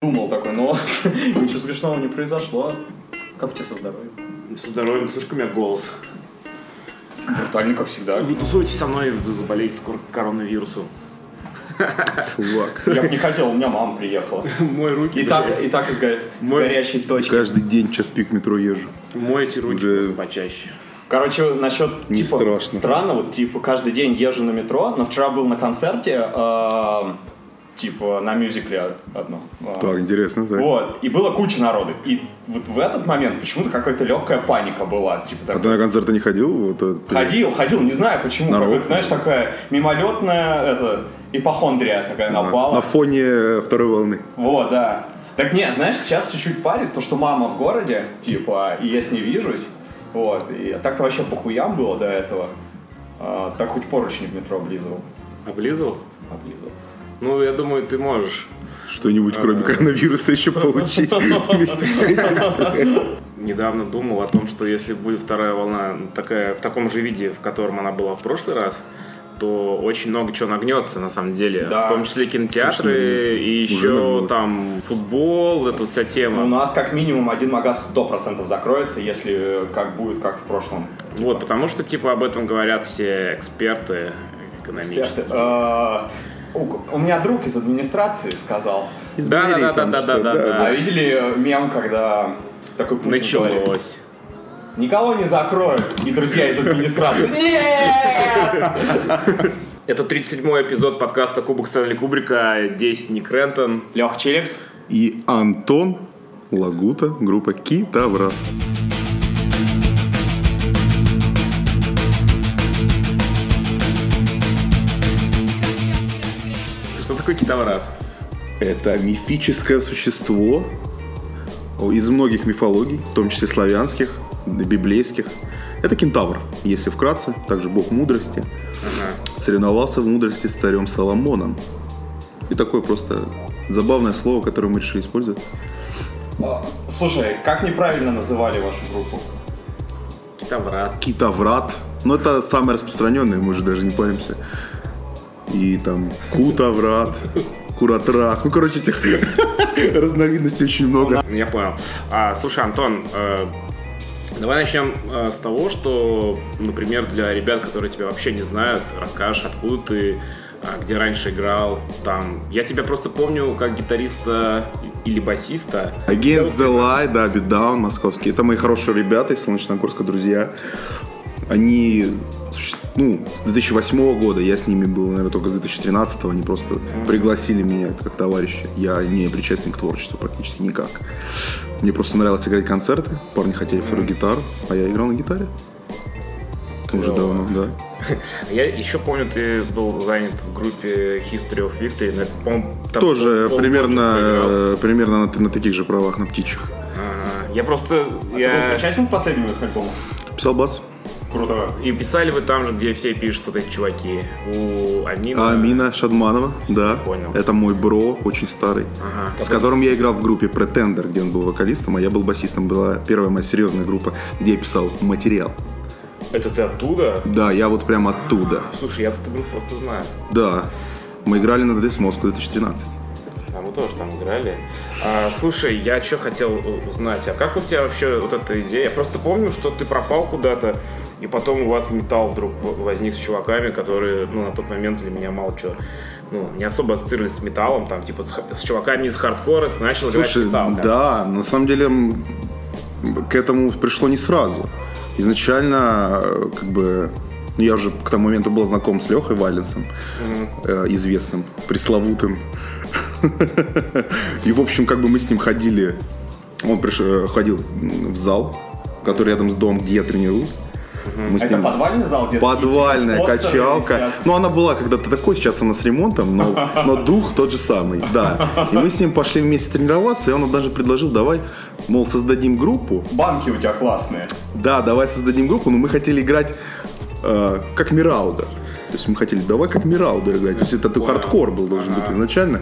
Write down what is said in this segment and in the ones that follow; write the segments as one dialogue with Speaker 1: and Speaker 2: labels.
Speaker 1: «Ну, Ничего смешного не произошло. Как у тебя со здоровьем?
Speaker 2: Со здоровьем, слышишь, у меня голос.
Speaker 1: Брутально, как всегда.
Speaker 2: Вы тусуетесь со мной, вы заболеете скоро коронавирусом.
Speaker 3: Чувак.
Speaker 1: Я бы не хотел, у меня мама приехала.
Speaker 2: Мой руки,
Speaker 1: И так, и так из, го- с
Speaker 2: Мой-
Speaker 1: горящей точки.
Speaker 3: Каждый день час пик в метро езжу.
Speaker 2: Мойте руки
Speaker 3: Уже-
Speaker 2: просто почаще.
Speaker 1: Короче, насчет
Speaker 3: Не
Speaker 1: типа
Speaker 3: страшно.
Speaker 1: странного, типа каждый день езжу на метро, но вчера был на концерте, э, типа на мюзикле одном. Э,
Speaker 3: Так, интересно, так.
Speaker 1: Вот, и было куча народу. И вот в этот момент почему-то какая-то легкая паника была. Типа так,
Speaker 3: А ты на концерты не ходил? Вот, это-
Speaker 1: Ходил, ходил, не знаю почему.
Speaker 3: Народ.
Speaker 1: Какая-то, знаешь, такая мимолетная это, ипохондрия такая напала.
Speaker 3: На фоне э, второй волны.
Speaker 1: Вот, да. Так не, знаешь, сейчас чуть-чуть парит то, что мама в городе, типа, и я с ней вижусь. Вот, и так-то вообще похуям было до этого. А, так хоть поручни в метро облизывал.
Speaker 2: Облизывал?
Speaker 1: Облизывал.
Speaker 2: Ну, я думаю, ты можешь.
Speaker 3: Что-нибудь
Speaker 2: А.
Speaker 3: кроме коронавируса еще получить вместе с этим.
Speaker 2: Недавно думал о том, что если будет вторая волна ну, такая, в таком же виде, в котором она была в прошлый раз, то очень много чего нагнется на самом деле.
Speaker 1: Да.
Speaker 2: В том числе кинотеатры
Speaker 3: нагнется.
Speaker 2: и
Speaker 3: Уже
Speaker 2: еще
Speaker 3: нагнулось.
Speaker 2: там футбол, эта вот вся
Speaker 1: У
Speaker 2: тема.
Speaker 1: нас как минимум один магаз 100% закроется, если э, как будет, как в прошлом.
Speaker 2: Вот, потому что типа об этом говорят все эксперты экономические.
Speaker 1: Э, У у меня друг из администрации сказал.
Speaker 3: Из
Speaker 2: Да,
Speaker 3: мэрии
Speaker 2: да,
Speaker 3: там
Speaker 2: да, да,
Speaker 3: что-то,
Speaker 2: да, да,
Speaker 1: А видели мем, когда такой Путин говорит,
Speaker 2: Началось.
Speaker 1: Никого не закроют. И друзья из администрации. Нет!
Speaker 2: Это 37-й эпизод подкаста Кубок Стэнли Кубрика, 10 Ник Рентон.
Speaker 1: Лех Челикс.
Speaker 3: И Антон Лагута, группа Китаврас.
Speaker 2: Что такое китаврас?
Speaker 3: Это мифическое существо из многих мифологий, в том числе славянских, библейских. Это кентавр, если вкратце, также бог мудрости.
Speaker 2: А,
Speaker 3: Соревновался в мудрости с царем Соломоном. И такое просто забавное слово, которое мы решили использовать.
Speaker 1: А, Слушай, как неправильно называли вашу группу?
Speaker 2: Китаврат.
Speaker 3: Китаврат. Но Ну, это самое распространенное, мы же даже не памимся. И там кутаврат, куратрах. Ну, короче, этих разновидностей очень много.
Speaker 2: Ну, Я понял. А, слушай, Антон, э, давай начнем э, с того, что, например, для ребят, которые тебя вообще не знают, расскажешь, откуда ты, а, где раньше играл, там. Я тебя просто помню как гитариста или басиста. Ну,
Speaker 3: Against the Lie, да, Beatdown московский. Это мои хорошие ребята из Солнечногорска, друзья. Они суще- ну, с 2008 года, я с ними был, наверное, только с 2013, они просто пригласили меня как товарища. Я не причастен к творчеству практически никак. Мне просто нравилось играть концерты, парни хотели вторую гитару, а я играл на гитаре. Уже давно, да.
Speaker 2: Я еще помню, ты был занят в группе History of Victory. но это, по-моему, там
Speaker 3: Тоже
Speaker 2: пол-
Speaker 3: примерно,
Speaker 2: полгода поиграл.
Speaker 3: э, примерно на, на таких же правах, на птичьих.
Speaker 2: А, Я просто...
Speaker 1: Ты был
Speaker 2: я...
Speaker 1: причастен к последнему их альбому?
Speaker 3: Писал бас.
Speaker 1: Круто.
Speaker 2: И писали вы там же, где все пишут вот эти чуваки. У Амина.
Speaker 3: Амина Шадманова, да.
Speaker 2: понял.
Speaker 3: Это мой бро, очень старый,
Speaker 2: Ага.
Speaker 3: с которым я играл в группе Pretender, где он был вокалистом, а я был басистом. Была первая моя серьезная группа, где я писал материал.
Speaker 2: Это ты оттуда?
Speaker 3: Да, я вот прям оттуда.
Speaker 2: Слушай, я эту группу просто знаю.
Speaker 3: Да. Мы играли на Death Moscow 2013.
Speaker 2: А мы тоже там играли. А, слушай, я что хотел у- узнать, а как у тебя вообще вот эта идея? Я просто помню, что ты пропал куда-то, и потом у вас металл вдруг в- возник с чуваками, которые, ну, на тот момент для меня мало что, ну, не особо ассоциировались с металлом, там, типа, с, х- с чуваками из хардкора ты начал
Speaker 3: Слушай,
Speaker 2: играть в металл. как?
Speaker 3: да, на самом деле м, к этому пришло не сразу. Изначально, э, как бы, ну, я уже к тому моменту был знаком с Лехой Валенсом, э, известным, пресловутым. И, в общем, как бы мы с ним ходили, он приш- э, ходил м, в зал, который рядом с домом, где я тренируюсь. Мы с
Speaker 1: А Это
Speaker 3: ним-
Speaker 1: подвальный зал где-то?
Speaker 3: Подвальная
Speaker 1: Постеры
Speaker 3: качалка.
Speaker 1: висят.
Speaker 3: Ну, она была когда-то такой, сейчас она с ремонтом, но, но дух тот же самый, да. И мы с ним пошли вместе тренироваться, и он нам даже предложил, давай, мол, создадим группу.
Speaker 1: Банки у тебя классные.
Speaker 3: Да, давай создадим группу, но мы хотели играть э, как Мирауда. То есть мы хотели, давай как Мирауда играть. То есть это ты хардкор был должен быть изначально,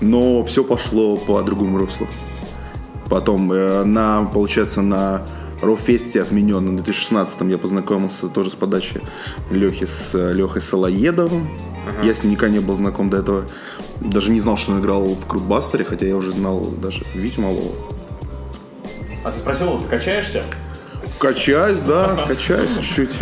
Speaker 3: но все пошло по другому руслу. Потом э, на, получается, на Рофесте отменен. В 2016 я познакомился тоже с подачи Лехи с Лехой Салоедовым. Я с ним никогда не был знаком до этого. Даже не знал, что он играл в Крутбастере, хотя я уже знал даже Витю Малого.
Speaker 1: А ты спросил, ты качаешься?
Speaker 3: Качаюсь, да, качаюсь чуть-чуть.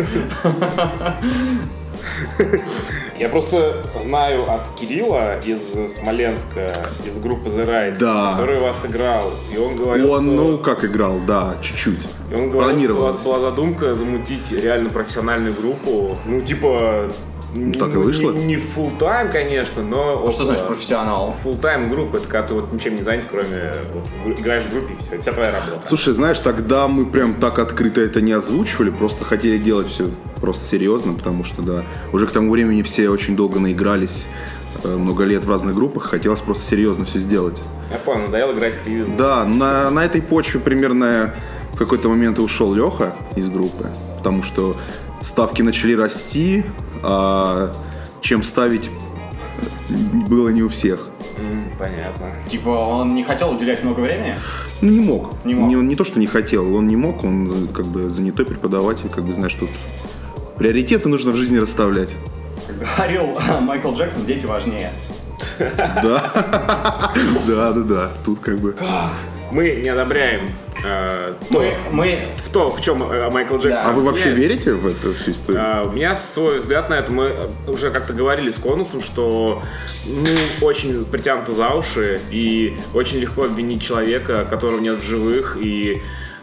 Speaker 2: Я просто знаю от Кирилла из Смоленска, из группы The Ride,
Speaker 3: Да.
Speaker 2: который вас играл. И он говорил,
Speaker 3: Он,
Speaker 2: что...
Speaker 3: ну, как играл, да, чуть-чуть.
Speaker 2: И он говорил, что у вас
Speaker 3: Планировалось.
Speaker 2: была задумка замутить реально профессиональную группу. Ну, типа... Ну,
Speaker 3: так и вышло. А
Speaker 2: Не, не full time, конечно, но... э,
Speaker 1: Что значит профессионал?
Speaker 2: Full time группа, это когда ты вот ничем не занят, кроме вот, гу- играешь в группе и все. Это вся твоя работа.
Speaker 3: Слушай, знаешь, тогда мы прям так открыто это не озвучивали, просто хотели делать все просто серьезно, потому что, да, уже к тому времени все очень долго наигрались, э, много лет в разных группах, хотелось просто серьезно все сделать.
Speaker 2: Я понял, надоело играть в кривизм.
Speaker 3: Да, на, на этой почве примерно в какой-то момент и ушел Леха из группы, потому что ставки начали расти, а чем ставить было не у всех.
Speaker 2: М, понятно.
Speaker 1: Типа он не хотел уделять много времени?
Speaker 3: Ну, не мог.
Speaker 1: Не мог.
Speaker 3: он не то, что не хотел, он не мог, он за- как бы занятой преподаватель, как бы, знаешь, тут приоритеты нужно в жизни расставлять.
Speaker 1: Как говорил Майкл Джексон, дети важнее.
Speaker 3: Да. Да, да, да. Тут как бы...
Speaker 2: Мы не одобряем э, то,
Speaker 1: Мы, мы,
Speaker 2: в то, в чем э, Майкл Джексон.
Speaker 1: Да.
Speaker 3: А вы вообще
Speaker 2: обвиняет.
Speaker 3: верите в эту всю историю?
Speaker 2: А, У меня свой взгляд на это. Мы э, уже как-то говорили с Конусом, что ну, очень притянуто за уши и очень легко обвинить человека, которого нет в живых. И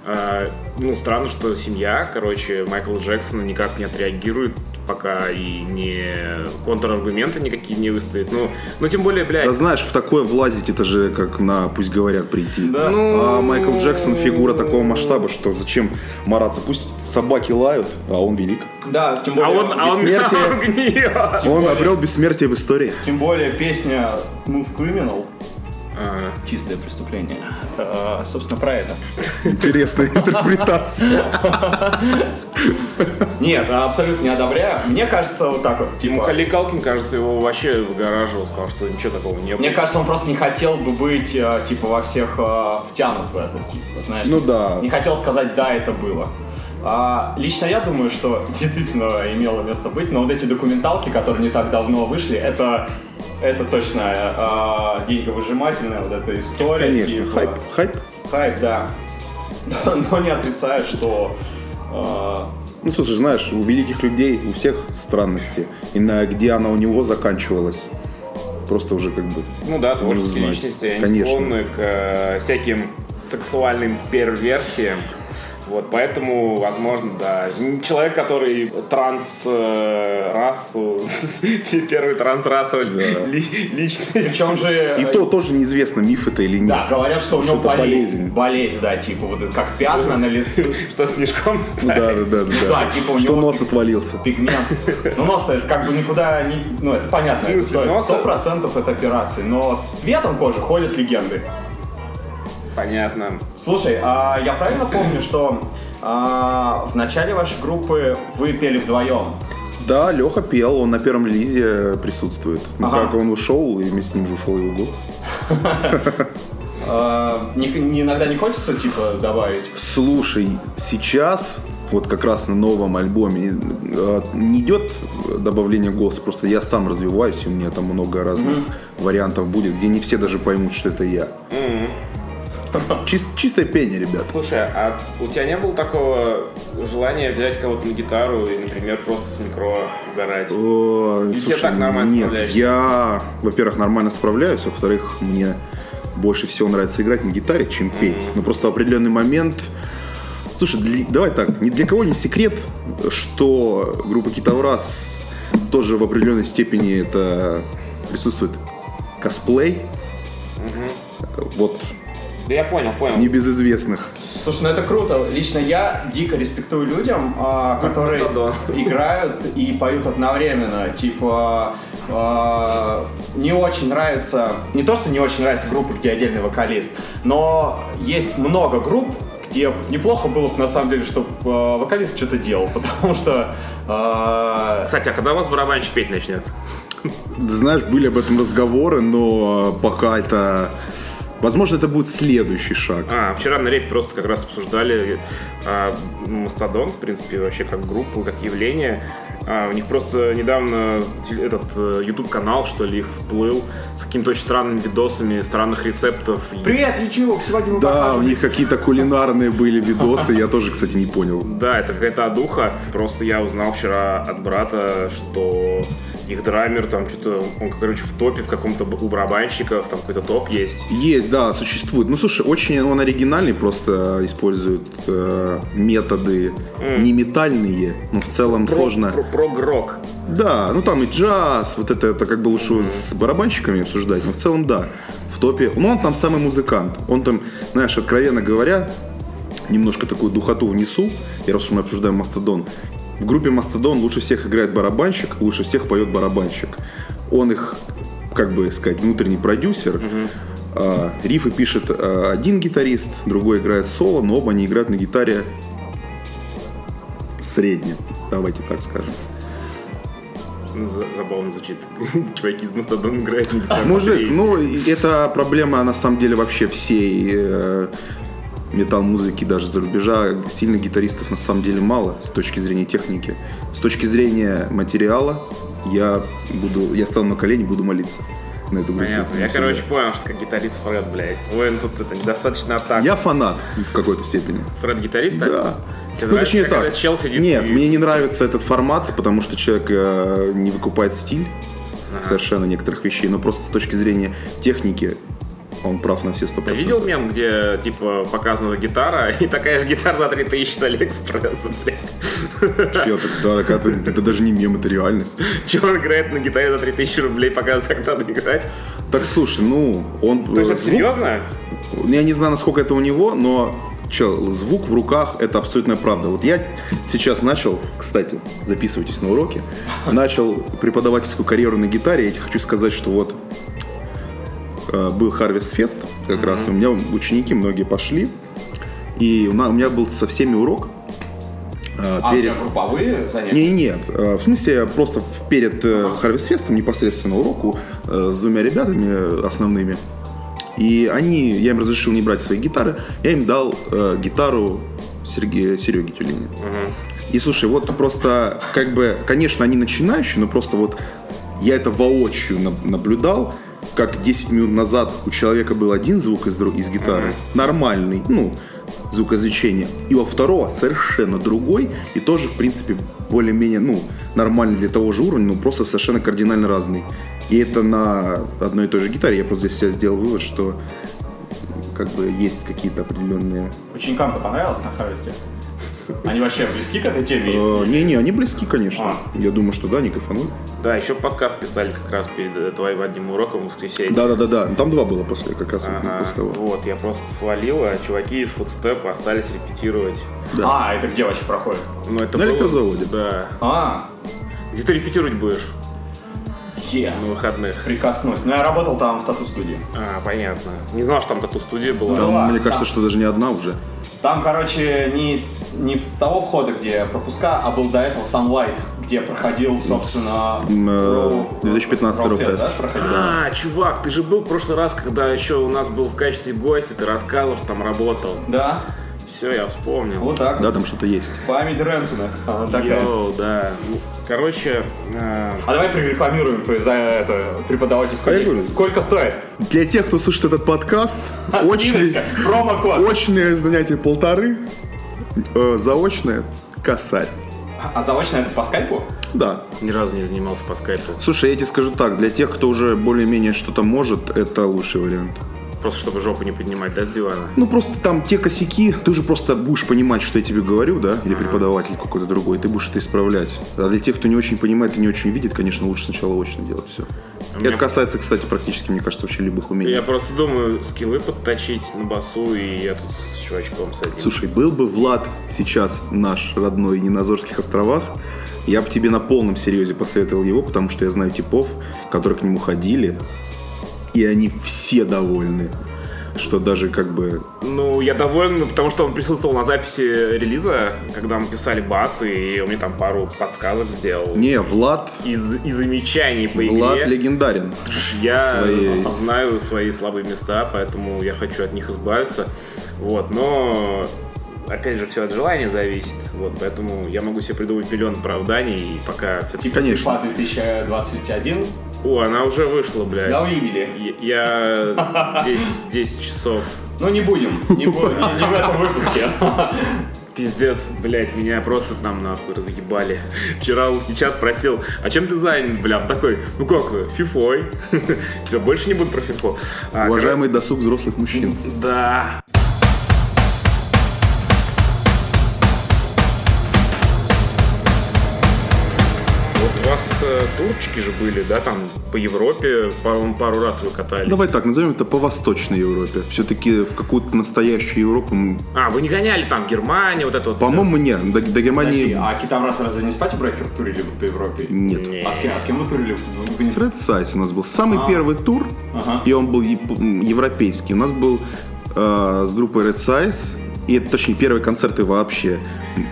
Speaker 2: э, ну, странно, что семья, короче, Майкла Джексона никак не отреагирует пока и не контраргументы никакие не выставит. Ну, ну тем более, блядь,
Speaker 3: Да знаешь, в такое влазить, это же как на «пусть говорят» прийти.
Speaker 1: Да.
Speaker 3: А Майкл Джексон фигура такого масштаба, что зачем мараться? Пусть собаки лают, а он велик.
Speaker 1: да, тем
Speaker 2: а
Speaker 1: более,
Speaker 2: он, а он,
Speaker 3: бессмертие.
Speaker 2: а он гниет.
Speaker 3: Он обрел бессмертие в истории.
Speaker 1: тем более песня Smooth Criminal
Speaker 2: А,
Speaker 1: «Чистое преступление». э, собственно, про это.
Speaker 3: Интересная интерпретация.
Speaker 1: Нет, абсолютно не одобряю. Мне кажется, вот так вот,
Speaker 2: Ну,
Speaker 1: типа...
Speaker 2: Кали Калкин, кажется, его вообще выгораживал, сказал, что ничего такого не было.
Speaker 1: Мне кажется, он просто не хотел бы быть, э, типа, во всех э, втянут в это, типа, знаешь.
Speaker 3: Ну да.
Speaker 1: Не хотел сказать, да, это было. А, лично я думаю, что действительно имело место быть, но вот эти документалки, которые не так давно вышли, это, это точно э, деньговыжимательная вот эта история.
Speaker 3: Конечно,
Speaker 1: типа,
Speaker 3: хайп, хайп.
Speaker 1: Хайп, да. Но, не отрицаю, что э,
Speaker 3: Ну, слушай, знаешь, у великих людей у всех странности. И на где она у него заканчивалась. Просто уже как бы...
Speaker 2: Ну да, творческие
Speaker 3: знать.
Speaker 2: личности, они
Speaker 3: Конечно.
Speaker 2: склонны к э, всяким сексуальным перверсиям. Вот, поэтому, возможно, да, н- человек, который транс э, расу, первый транс расу личность.
Speaker 1: причем же...
Speaker 3: И то тоже неизвестно, миф это или нет.
Speaker 1: Да, говорят, что у него
Speaker 3: Что-то
Speaker 1: болезнь.
Speaker 3: болезнь.
Speaker 1: Болезнь, да, типа, вот это как пятна на лице.
Speaker 2: Что снежком
Speaker 3: Ну, да, да, да, да.
Speaker 1: Да, типа у
Speaker 3: Что
Speaker 1: него-
Speaker 3: нос отвалился.
Speaker 1: пигмент. Ну, нос-то как бы никуда не... Ну, это понятно.
Speaker 2: В смысле?
Speaker 3: ну, а
Speaker 1: это
Speaker 2: Носа?
Speaker 1: Сто процентов это операции. Но с цветом кожи ходят легенды.
Speaker 2: Понятно.
Speaker 1: Слушай, а я правильно помню, что а, в начале вашей группы вы пели вдвоем?
Speaker 3: Да, Леха пел, он на первом релизе присутствует. Ну,
Speaker 1: Ага.
Speaker 3: как он ушел, и вместе с ним же ушел его голос.
Speaker 1: А, не- не- иногда не хочется, типа, добавить?
Speaker 3: Слушай, сейчас вот как раз на новом альбоме э, не идет добавление голоса, просто я сам развиваюсь, и у меня там много разных вариантов будет, где не все даже поймут, что это я. Чис- чистое пение, ребят.
Speaker 2: Слушай, а у тебя не было такого желания взять кого-то на гитару и, например, просто с микро угорать?
Speaker 3: Э, Ой,
Speaker 2: И все
Speaker 3: слушай,
Speaker 2: так нормально
Speaker 3: Нет,
Speaker 2: справляешься?
Speaker 3: я, во-первых, нормально справляюсь, во-вторых, мне больше всего нравится играть на гитаре, чем петь. Но просто в определенный момент... Слушай, для- давай так, ни для кого не секрет, что группа Китаврас тоже в определенной степени это присутствует косплей. Вот,
Speaker 2: Да я понял, понял.
Speaker 3: небезызвестных.
Speaker 1: Слушай, ну это круто. Лично я дико респектую людям, а,
Speaker 3: Ну,
Speaker 1: которые
Speaker 2: Мастодон.
Speaker 1: играют и поют одновременно. Типа а, не очень нравится, не то что не очень нравится группа, где отдельный вокалист, но есть много групп, где неплохо было бы на самом деле, чтобы вокалист что-то делал, потому что а,
Speaker 2: Кстати, а когда у вас барабанщик петь начнет?
Speaker 3: Знаешь, были об этом разговоры, но пока э, это Возможно, это будет следующий шаг.
Speaker 2: А, вчера на рейд просто как раз обсуждали а, Мастодон, в принципе, вообще как группу, как явление. А, у них просто недавно теле- этот э, YouTube-канал, что ли, их всплыл с какими-то очень странными видосами, странных рецептов. И-
Speaker 1: Привет, YouTube! Сегодня мы
Speaker 3: Да, у
Speaker 1: покажем.
Speaker 3: них какие-то кулинарные были видосы, я тоже, кстати, не понял.
Speaker 2: Да, это какая-то одуха. Просто я узнал вчера от брата, что их драмер там что-то, он, короче, в топе в каком-то б- у барабанщиков, там какой-то топ есть.
Speaker 3: Есть, да, существует. Ну, слушай, очень он оригинальный, просто использует э, методы не метальные, но в целом сложно.
Speaker 2: Про- про- Прогрок.
Speaker 3: Да, ну там и джаз, вот это, это как бы лучше с барабанщиками обсуждать, но в целом да, в топе. Ну, он там самый музыкант. Он там, знаешь, откровенно говоря, немножко такую духоту внесу, и раз уж мы обсуждаем Мастодон, в группе Мастодон лучше всех играет барабанщик, лучше всех поет барабанщик. Он их, как бы сказать, внутренний продюсер. А, рифы пишет а, один гитарист, другой играет соло, но оба они играют на гитаре средне, давайте так скажем.
Speaker 2: Ну, за- Забавно звучит. Чуваки из Мастодон играют на гитаре.
Speaker 3: Мужик,
Speaker 2: Андрей.
Speaker 3: ну и- это проблема на самом деле вообще всей э, метал-музыки даже за рубежа. Сильных гитаристов на самом деле мало с точки зрения техники. С точки зрения материала я буду, я стану на колени, буду молиться на эту группу.
Speaker 2: Понятно. Я, короче, понял, что как гитарист Фред, блядь. Ой, ну тут это недостаточно атак.
Speaker 3: я фанат в какой-то степени.
Speaker 2: Фред гитарист? так?
Speaker 3: Да.
Speaker 2: Тебе
Speaker 3: Ну,
Speaker 2: нравится,
Speaker 3: точнее
Speaker 2: когда
Speaker 3: так.
Speaker 2: чел сидит
Speaker 3: Нет,
Speaker 2: и-
Speaker 3: мне не нравится этот формат, потому что человек э, не выкупает стиль совершенно некоторых вещей, но просто с точки зрения техники он прав на все 100%.
Speaker 2: Ты видел мем, где, типа, показана гитара, и такая же гитара за 3000 с Алиэкспресса, блядь.
Speaker 3: Чё ты, да, так это, это даже не мем, это реальность.
Speaker 2: Че он играет на гитаре за 3000 рублей, показывает, как надо играть.
Speaker 3: Так слушай, ну, он...
Speaker 2: То есть
Speaker 3: э,
Speaker 2: это
Speaker 3: звук-
Speaker 2: серьезно?
Speaker 3: Я не знаю, насколько это у него, но чё, звук в руках – это абсолютная правда. Вот я сейчас начал, кстати, записывайтесь на уроки, начал преподавательскую карьеру на гитаре. Я тебе хочу сказать, что вот э, был Harvest Fest как раз, и у меня ученики многие пошли, и у на- у меня был со всеми урок. э,
Speaker 1: А, у
Speaker 3: перед-
Speaker 1: тебя групповые занятия?
Speaker 3: Не, нет. В смысле, просто в- перед э, Harvest Fest непосредственно уроку э, с двумя ребятами э, основными. И они, я им разрешил не брать свои гитары, я им дал э, гитару Сергея, Сереги Тюлени. И слушай, вот просто, как бы, конечно, они начинающие, но просто вот я это воочию наб- наблюдал, как 10 минут назад у человека был один звук из, дру- из гитары, нормальный, ну, звукоизвлечение, и у второго совершенно другой, и тоже, в принципе, более-менее, ну, нормальный для того же уровня, но просто совершенно кардинально разный. И это на одной и той же гитаре. Я просто для себя сделал вывод, что как бы есть какие-то определенные...
Speaker 1: Ученикам-то понравилось на Харвесте? Они вообще близки к этой теме?
Speaker 3: Э, Не-не, они близки, конечно.
Speaker 1: А.
Speaker 3: Я думаю, что да, они кайфанули.
Speaker 2: Да, еще подкаст писали как раз перед э, твоим одним уроком в воскресенье.
Speaker 3: Да, да, да, да. Там два было после, как раз вот
Speaker 2: Ага, Ну
Speaker 3: после того.
Speaker 2: вот, я просто свалил, а чуваки из фудстепа остались репетировать.
Speaker 1: А, это где вообще проходит?
Speaker 2: Но это
Speaker 3: На
Speaker 2: было-
Speaker 3: электрозаводе.
Speaker 2: Да.
Speaker 1: А,
Speaker 2: Где ты репетировать будешь на
Speaker 3: Ну,
Speaker 1: yes.
Speaker 2: выходных?
Speaker 1: Прикоснусь. Ну, я работал там в тату-студии.
Speaker 2: А, понятно. Не знал, что там тату-студия была.
Speaker 1: Да. ладно,
Speaker 3: Там, мне кажется,
Speaker 1: да.
Speaker 3: что даже не одна уже.
Speaker 1: Там, короче, не, не с того входа, где пропуска, а был до этого Sunlight, где проходил, собственно,
Speaker 3: М, э,
Speaker 1: Row-
Speaker 3: 2015
Speaker 1: Row Fest,
Speaker 3: Row Fest.
Speaker 1: да, проходил?
Speaker 2: А, чувак, ты же был в прошлый раз, когда еще у нас был в качестве гостя, ты рассказывал, что там работал.
Speaker 1: Да,
Speaker 2: Все, я вспомнил.
Speaker 1: вот так.
Speaker 3: Да, там что-то есть.
Speaker 1: Память Рентона. А, Она такая.
Speaker 2: Йоу, да. Ну, Короче, э,
Speaker 1: А давай прорекламируем твою за это преподавательскую
Speaker 3: А я говорю-
Speaker 1: деятельность. Сколько стоит?
Speaker 3: Для тех, кто слушает этот подкаст,
Speaker 1: А,
Speaker 3: очный,
Speaker 1: скидочка, Промокод.
Speaker 3: очное занятие полторы, э, заочное косарь.
Speaker 1: А заочно это по скайпу?
Speaker 3: Да.
Speaker 2: ни разу не занимался по скайпу.
Speaker 3: Слушай, я тебе скажу так, для тех, кто уже более-менее что-то может, это лучший вариант.
Speaker 2: Просто чтобы жопу не поднимать, да, с дивана?
Speaker 3: Ну, просто там те косяки, ты же просто будешь понимать, что я тебе говорю, да, или преподаватель какой-то другой, ты будешь это исправлять. А для тех, кто не очень понимает и не очень видит, конечно, лучше сначала очно делать все.
Speaker 2: меня-
Speaker 3: Это касается, кстати, практически, мне кажется, вообще любых умений.
Speaker 2: Я просто думаю, скиллы подточить на басу, и я тут с чувачком с одним.
Speaker 3: Слушай, был бы Влад сейчас наш родной не на Азорских островах, я бы тебе на полном серьезе посоветовал его, потому что я знаю типов, которые к нему ходили, и они все довольны. что даже как бы...
Speaker 2: Ну, я доволен, потому что он присутствовал на записи релиза, когда мы писали бас, и он мне там пару подсказок сделал.
Speaker 3: Не, Влад...
Speaker 2: Из, из замечаний по
Speaker 3: Влад
Speaker 2: игре.
Speaker 3: легендарен.
Speaker 2: Я
Speaker 3: своей-
Speaker 2: знаю свои слабые места, поэтому я хочу от них избавиться. Вот, но опять же, все от желания зависит. Вот, поэтому я могу себе придумать миллион оправданий, и пока все-таки...
Speaker 1: Типа
Speaker 3: Конечно.
Speaker 1: FIFA 2021.
Speaker 2: О, она уже вышла, блядь.
Speaker 1: Да, увидели.
Speaker 2: Я- Я 10, 10 часов.
Speaker 1: Ну не будем. Не, бу- не- не в этом выпуске.
Speaker 2: Пиздец, блядь, меня просто там нахуй разъебали. Вчера Луки час просил, а чем ты занят, бля? Он Такой, ну как, ты, фифой. Все, больше не буду про фифо. А,
Speaker 3: Уважаемый досуг взрослых мужчин.
Speaker 2: Да. Вот у вас э, турчики же были, да, там по Европе, по-моему, пару раз вы катались.
Speaker 3: Давай так, назовем это по Восточной Европе. Все-таки в какую-то настоящую Европу, мы-
Speaker 2: А, вы не гоняли там Германия, вот это вот.
Speaker 3: по-моему, не. До, до
Speaker 1: Подожди,
Speaker 3: Германии
Speaker 1: а китовраз разве не спать брекер турили по Европе?
Speaker 3: нет.
Speaker 2: Не.
Speaker 1: А с кем, а с кем вы турили? Вы- вы не-
Speaker 3: С Red Size у нас был самый
Speaker 1: А.
Speaker 3: первый тур,
Speaker 1: Ага.
Speaker 3: и он был еп- м, европейский. У нас был э, с группой Red Size, и это, точнее, первые концерты вообще.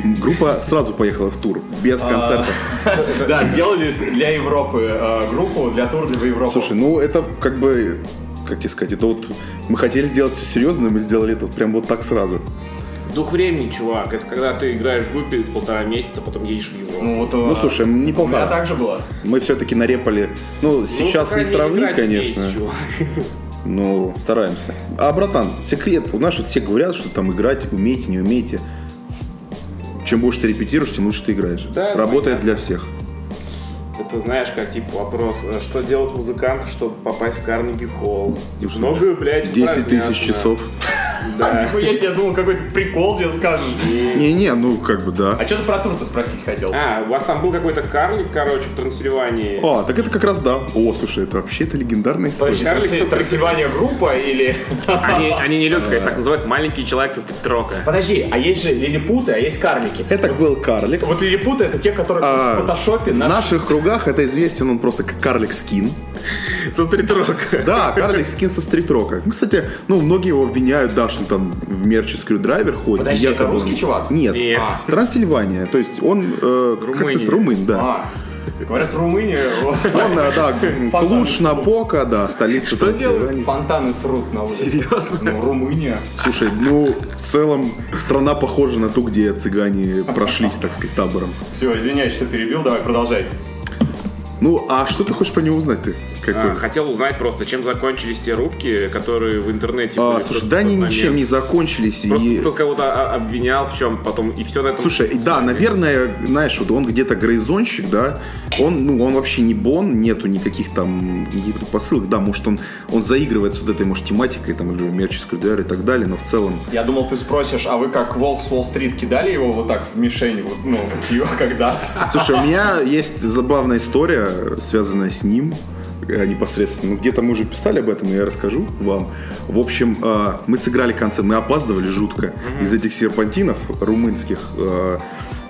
Speaker 3: М, Группа сразу поехала в тур, без
Speaker 1: А.
Speaker 3: концертов.
Speaker 1: Да, сделали с- для Европы э, группу, для тур для Европы.
Speaker 3: Слушай, ну это как бы, как тебе сказать, это вот мы хотели сделать все серьезно, и мы сделали это вот прям вот так сразу.
Speaker 2: Дух времени, чувак. Это когда ты играешь в группе полтора месяца, потом едешь в Европу.
Speaker 1: ну, вот, э,
Speaker 3: Ну слушай, не
Speaker 1: у меня
Speaker 3: полтора.
Speaker 1: так же было.
Speaker 3: Мы все-таки нарепали. Ну, сейчас
Speaker 2: пока
Speaker 3: не сравнить,
Speaker 2: играть
Speaker 3: конечно.
Speaker 2: вместе, чувак.
Speaker 3: Ну, стараемся. А, братан, секрет. У нас вот все говорят, что там играть умеете, не умеете. Чем больше ты репетируешь, тем лучше ты играешь.
Speaker 2: Да,
Speaker 3: Работает
Speaker 2: понятно.
Speaker 3: для всех.
Speaker 2: Это знаешь, как типа вопрос, э, что делать музыканту, чтобы попасть в Карнеги Холл? Типа,
Speaker 3: Слушай,
Speaker 2: много, блядь,
Speaker 3: 10
Speaker 2: упражняться.
Speaker 3: тысяч часов.
Speaker 2: Да.
Speaker 1: Ну, Если я думал, какой-то прикол тебе скажут.
Speaker 3: Не-не, ну как бы да.
Speaker 1: А что ты про тур-то спросить хотел?
Speaker 2: А, у вас там был какой-то карлик, короче, в Трансильвании.
Speaker 3: А, так это как раз да. О, слушай, это вообще это легендарная история.
Speaker 1: Точно,
Speaker 2: Карлик
Speaker 1: транси-
Speaker 2: со-
Speaker 1: трансильвания группа или...
Speaker 2: Они, они не любят, как так называют, маленький человек со стриптрока.
Speaker 1: Подожди, а есть же лилипуты, а есть карлики.
Speaker 3: Это был карлик.
Speaker 1: Вот лилипуты это те, которые
Speaker 3: А,
Speaker 1: в фотошопе
Speaker 3: В
Speaker 1: на-
Speaker 3: наших кругах это известен он просто как карлик скин.
Speaker 2: Со стритрока.
Speaker 3: Да, карлик скин со стритрока. Ну, Кстати, ну, многие его обвиняют, да, что он там в мерче драйвер ходит.
Speaker 1: Подожди, это
Speaker 3: Якобы он-
Speaker 1: русский чувак?
Speaker 3: Нет.
Speaker 2: Нет.
Speaker 3: А, Трансильвания. То есть он э, как-то
Speaker 2: Э. Румыния.
Speaker 3: с румын, да.
Speaker 1: А, говорят, в Румынии
Speaker 3: Он, э, да,
Speaker 1: Фонтаны
Speaker 3: Клуш, Напока, да, столица
Speaker 2: Что делают?
Speaker 3: Трансильвании.
Speaker 1: фонтаны срут на улице.
Speaker 2: Серьезно?
Speaker 1: Ну, Румыния.
Speaker 3: Слушай, ну, в целом, страна похожа на ту, где цыгане прошлись, так сказать, табором.
Speaker 1: Все, извиняюсь, что перебил, давай продолжай.
Speaker 3: Ну, а что ты хочешь про него узнать ты? Какой?
Speaker 2: А, хотел узнать просто, чем закончились те рубки, которые в интернете
Speaker 3: А,
Speaker 2: были в
Speaker 3: слушай,
Speaker 2: тот-
Speaker 3: да
Speaker 2: тот
Speaker 3: они
Speaker 2: момент.
Speaker 3: ничем не закончились. и-
Speaker 2: Просто кто кого-то а, обвинял в чем потом, и все на этом...
Speaker 3: Слушай, и да, наверное, знаешь, вот он где-то грызонщик, да, он, ну, он вообще не бон, нету никаких там никаких предпосылок, да, может, он, он заигрывает с вот этой, может, тематикой, там, или мерческой ДР и так далее, но в целом...
Speaker 1: Я думал, ты спросишь, а вы как Волк с Уолл-стрит кидали его вот так в мишень, вот, ну, ее когда-то?
Speaker 3: Слушай, у меня есть забавная история, связанная с ним э, непосредственно. Ну, где-то мы уже писали об этом, но я расскажу вам. В общем, э, мы сыграли концерт, мы опаздывали жутко из этих серпантинов румынских. э,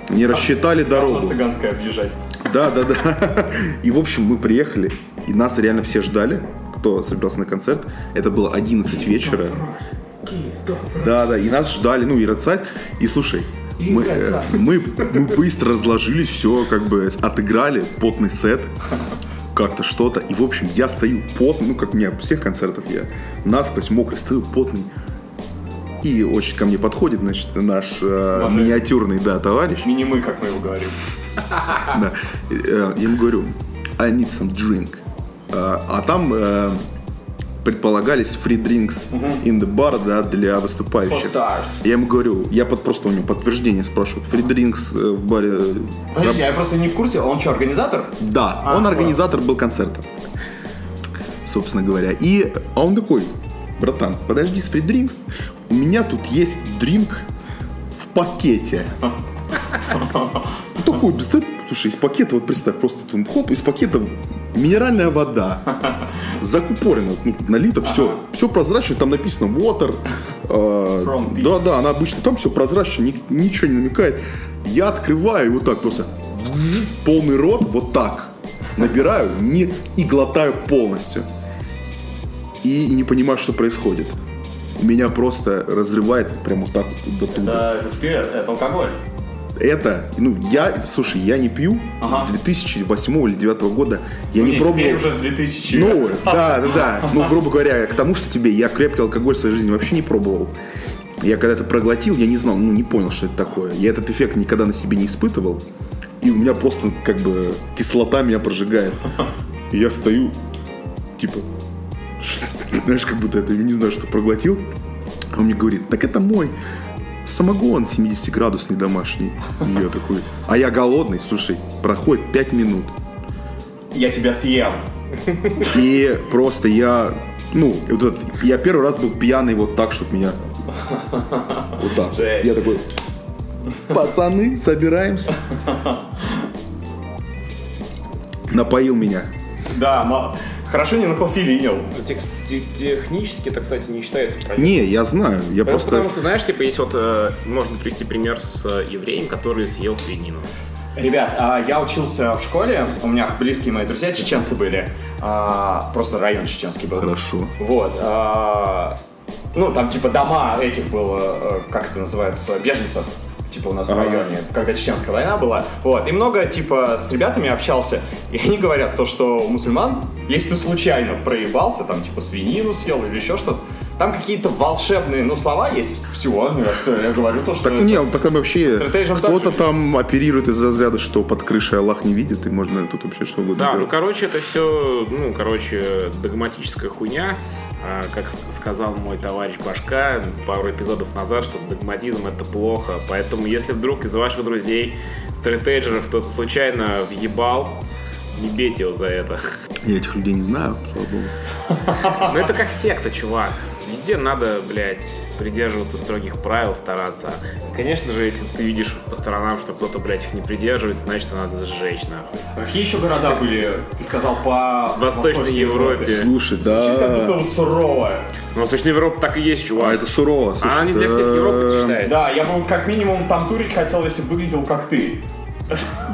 Speaker 3: Не рассчитали дорогу.
Speaker 1: цыганская объезжать.
Speaker 3: Да, да, да. И, в общем, мы приехали, и нас реально все ждали, кто собирался на концерт. Это было 11 вечера. Да, да, и нас ждали, ну, и Red Size. И слушай, мы, э, мы, мы быстро разложились, все как бы отыграли, потный сет, как-то что-то. И, в общем, я стою потный, ну, как у меня всех концертов я насквозь мокрый, стою потный. И очень ко мне подходит, значит, наш э,
Speaker 1: Уважаемый.
Speaker 3: миниатюрный, да, товарищ.
Speaker 1: Мини-мы, как мы его говорим.
Speaker 3: Да. Э, э, Я ему говорю, I need some drink. Э, А там э, предполагались free drinks in the bar да, для
Speaker 1: For
Speaker 3: выступающих.
Speaker 1: stars.
Speaker 3: Я ему говорю, я под, просто у него подтверждение спрашиваю. Free drinks э, в баре... э,
Speaker 1: Подожди, я просто не в курсе, он что, организатор? А,
Speaker 3: Да, он
Speaker 1: ладно.
Speaker 3: организатор был концерта, собственно говоря. И а он такой, братан, подожди с фридринкс, у меня тут есть дринк в пакете. Ну, Такой, представь, слушай, из пакета, вот представь, просто там, хоп, из пакета минеральная вода, закупорена, ну, налито, все, все прозрачно, там написано water, э,
Speaker 1: From
Speaker 3: да, да, она обычно, там все прозрачно, ни- ничего не намекает. Я открываю и вот так просто, полный рот, вот так, набираю не, и глотаю полностью. И не понимаю, что происходит. меня просто разрывает прям вот так вот до туда.
Speaker 1: Да, это спирт, это алкоголь.
Speaker 3: Это, ну, я, слушай, я не пью
Speaker 1: Ага.
Speaker 3: с 2008 или 2009 года. Я не
Speaker 1: Не,
Speaker 3: пробовал...
Speaker 1: Теперь уже с 2000.
Speaker 3: Ну, да, да, да. Ну, грубо говоря, к тому, что тебе я крепкий алкоголь в своей жизни вообще не пробовал. Я когда это проглотил, я не знал, ну, не понял, что это такое. Я этот эффект никогда на себе не испытывал. И у меня просто, как бы, кислота меня прожигает. И я стою, типа, что- знаешь, как будто это, не знаю, что проглотил. А он мне говорит, так это мой самогон 70-градусный домашний. И я такой, а я голодный, слушай, проходит 5 минут.
Speaker 1: Я тебя съем.
Speaker 3: И просто я, ну, вот этот- я первый раз был пьяный вот так, чтобы меня... Вот так.
Speaker 1: Жесть.
Speaker 3: Я такой, пацаны, собираемся. Напоил меня.
Speaker 1: Да, ма- хорошо не на клофелинил.
Speaker 2: Ну, Тех- те- Технически это, кстати, не считается проверкой.
Speaker 3: Не, я знаю,
Speaker 2: Потому,
Speaker 3: я Ну, просто...
Speaker 2: потому что, знаешь, типа, есть вот, э, можно привести пример с э, евреем, который съел свинину.
Speaker 1: Ребят, а, я учился в школе, у меня близкие мои друзья чеченцы были, А, просто район чеченский был.
Speaker 3: Хорошо.
Speaker 1: Вот. а, ну, там типа дома этих было, э, как это называется, беженцев. Типа у нас в
Speaker 3: Ага.
Speaker 1: районе, когда чеченская война была. Вот. И много, типа, с ребятами общался. И они говорят то, что у мусульман, если ты случайно проебался, там, типа, свинину съел или еще что-то, там какие-то волшебные, ну, слова есть. Все, я, я говорю то, что...
Speaker 3: Так не, он такой вообще,
Speaker 1: стратегией
Speaker 3: кто-то
Speaker 1: так же.
Speaker 3: там оперирует из-за взгляда, что под крышей Аллах не видит, и можно тут вообще что угодно
Speaker 2: Да, ну
Speaker 3: делать.
Speaker 2: короче, это все, ну, короче, догматическая хуйня. А, как сказал мой товарищ Башка пару эпизодов назад, что догматизм это плохо. Поэтому, если вдруг из ваших друзей, стратейджеров, кто-то случайно въебал, не бейте его за это.
Speaker 3: Я этих людей не знаю, слава богу.
Speaker 2: Ну это как секта, чувак. Везде надо, блядь, придерживаться строгих правил, стараться. Конечно же, если ты видишь по сторонам, что кто-то, блядь, их не придерживается, значит, надо сжечь, нахуй.
Speaker 1: А Какие еще города были, ты сказал, по
Speaker 2: В Восточной Европе.
Speaker 3: Слушай,
Speaker 1: Звучит как будто
Speaker 3: да.
Speaker 1: вот сурово.
Speaker 2: Ну, Восточная Европа так и есть, чувак.
Speaker 3: А это сурово, слушай.
Speaker 2: Она не для всех
Speaker 3: да.
Speaker 2: Европы считается.
Speaker 1: Да, я бы как минимум там турить хотел, если бы выглядел как ты.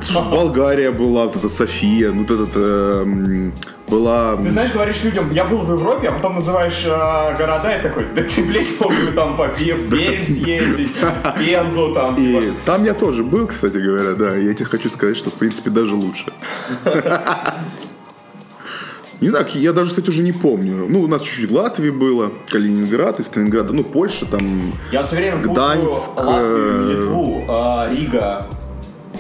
Speaker 3: Слушай, Болгария была, вот эта София, ну вот этот э, м, была.
Speaker 1: Ты знаешь, говоришь людям, я был в Европе, а потом называешь э, города и такой, да ты, блядь, мог бы там по Пе- в Пермь съездить, в Пензу там.
Speaker 3: И
Speaker 1: типа.
Speaker 3: там я тоже был, кстати говоря, да. Я тебе хочу сказать, что в принципе даже лучше. Не знаю, я даже, кстати, уже не помню. Ну, у нас чуть-чуть Латвии было, Калининград, из Калининграда, ну, Польша там.
Speaker 1: Я все время путаю
Speaker 3: Гданьск,
Speaker 1: Латвию,
Speaker 3: э,
Speaker 1: Литву, э, Рига.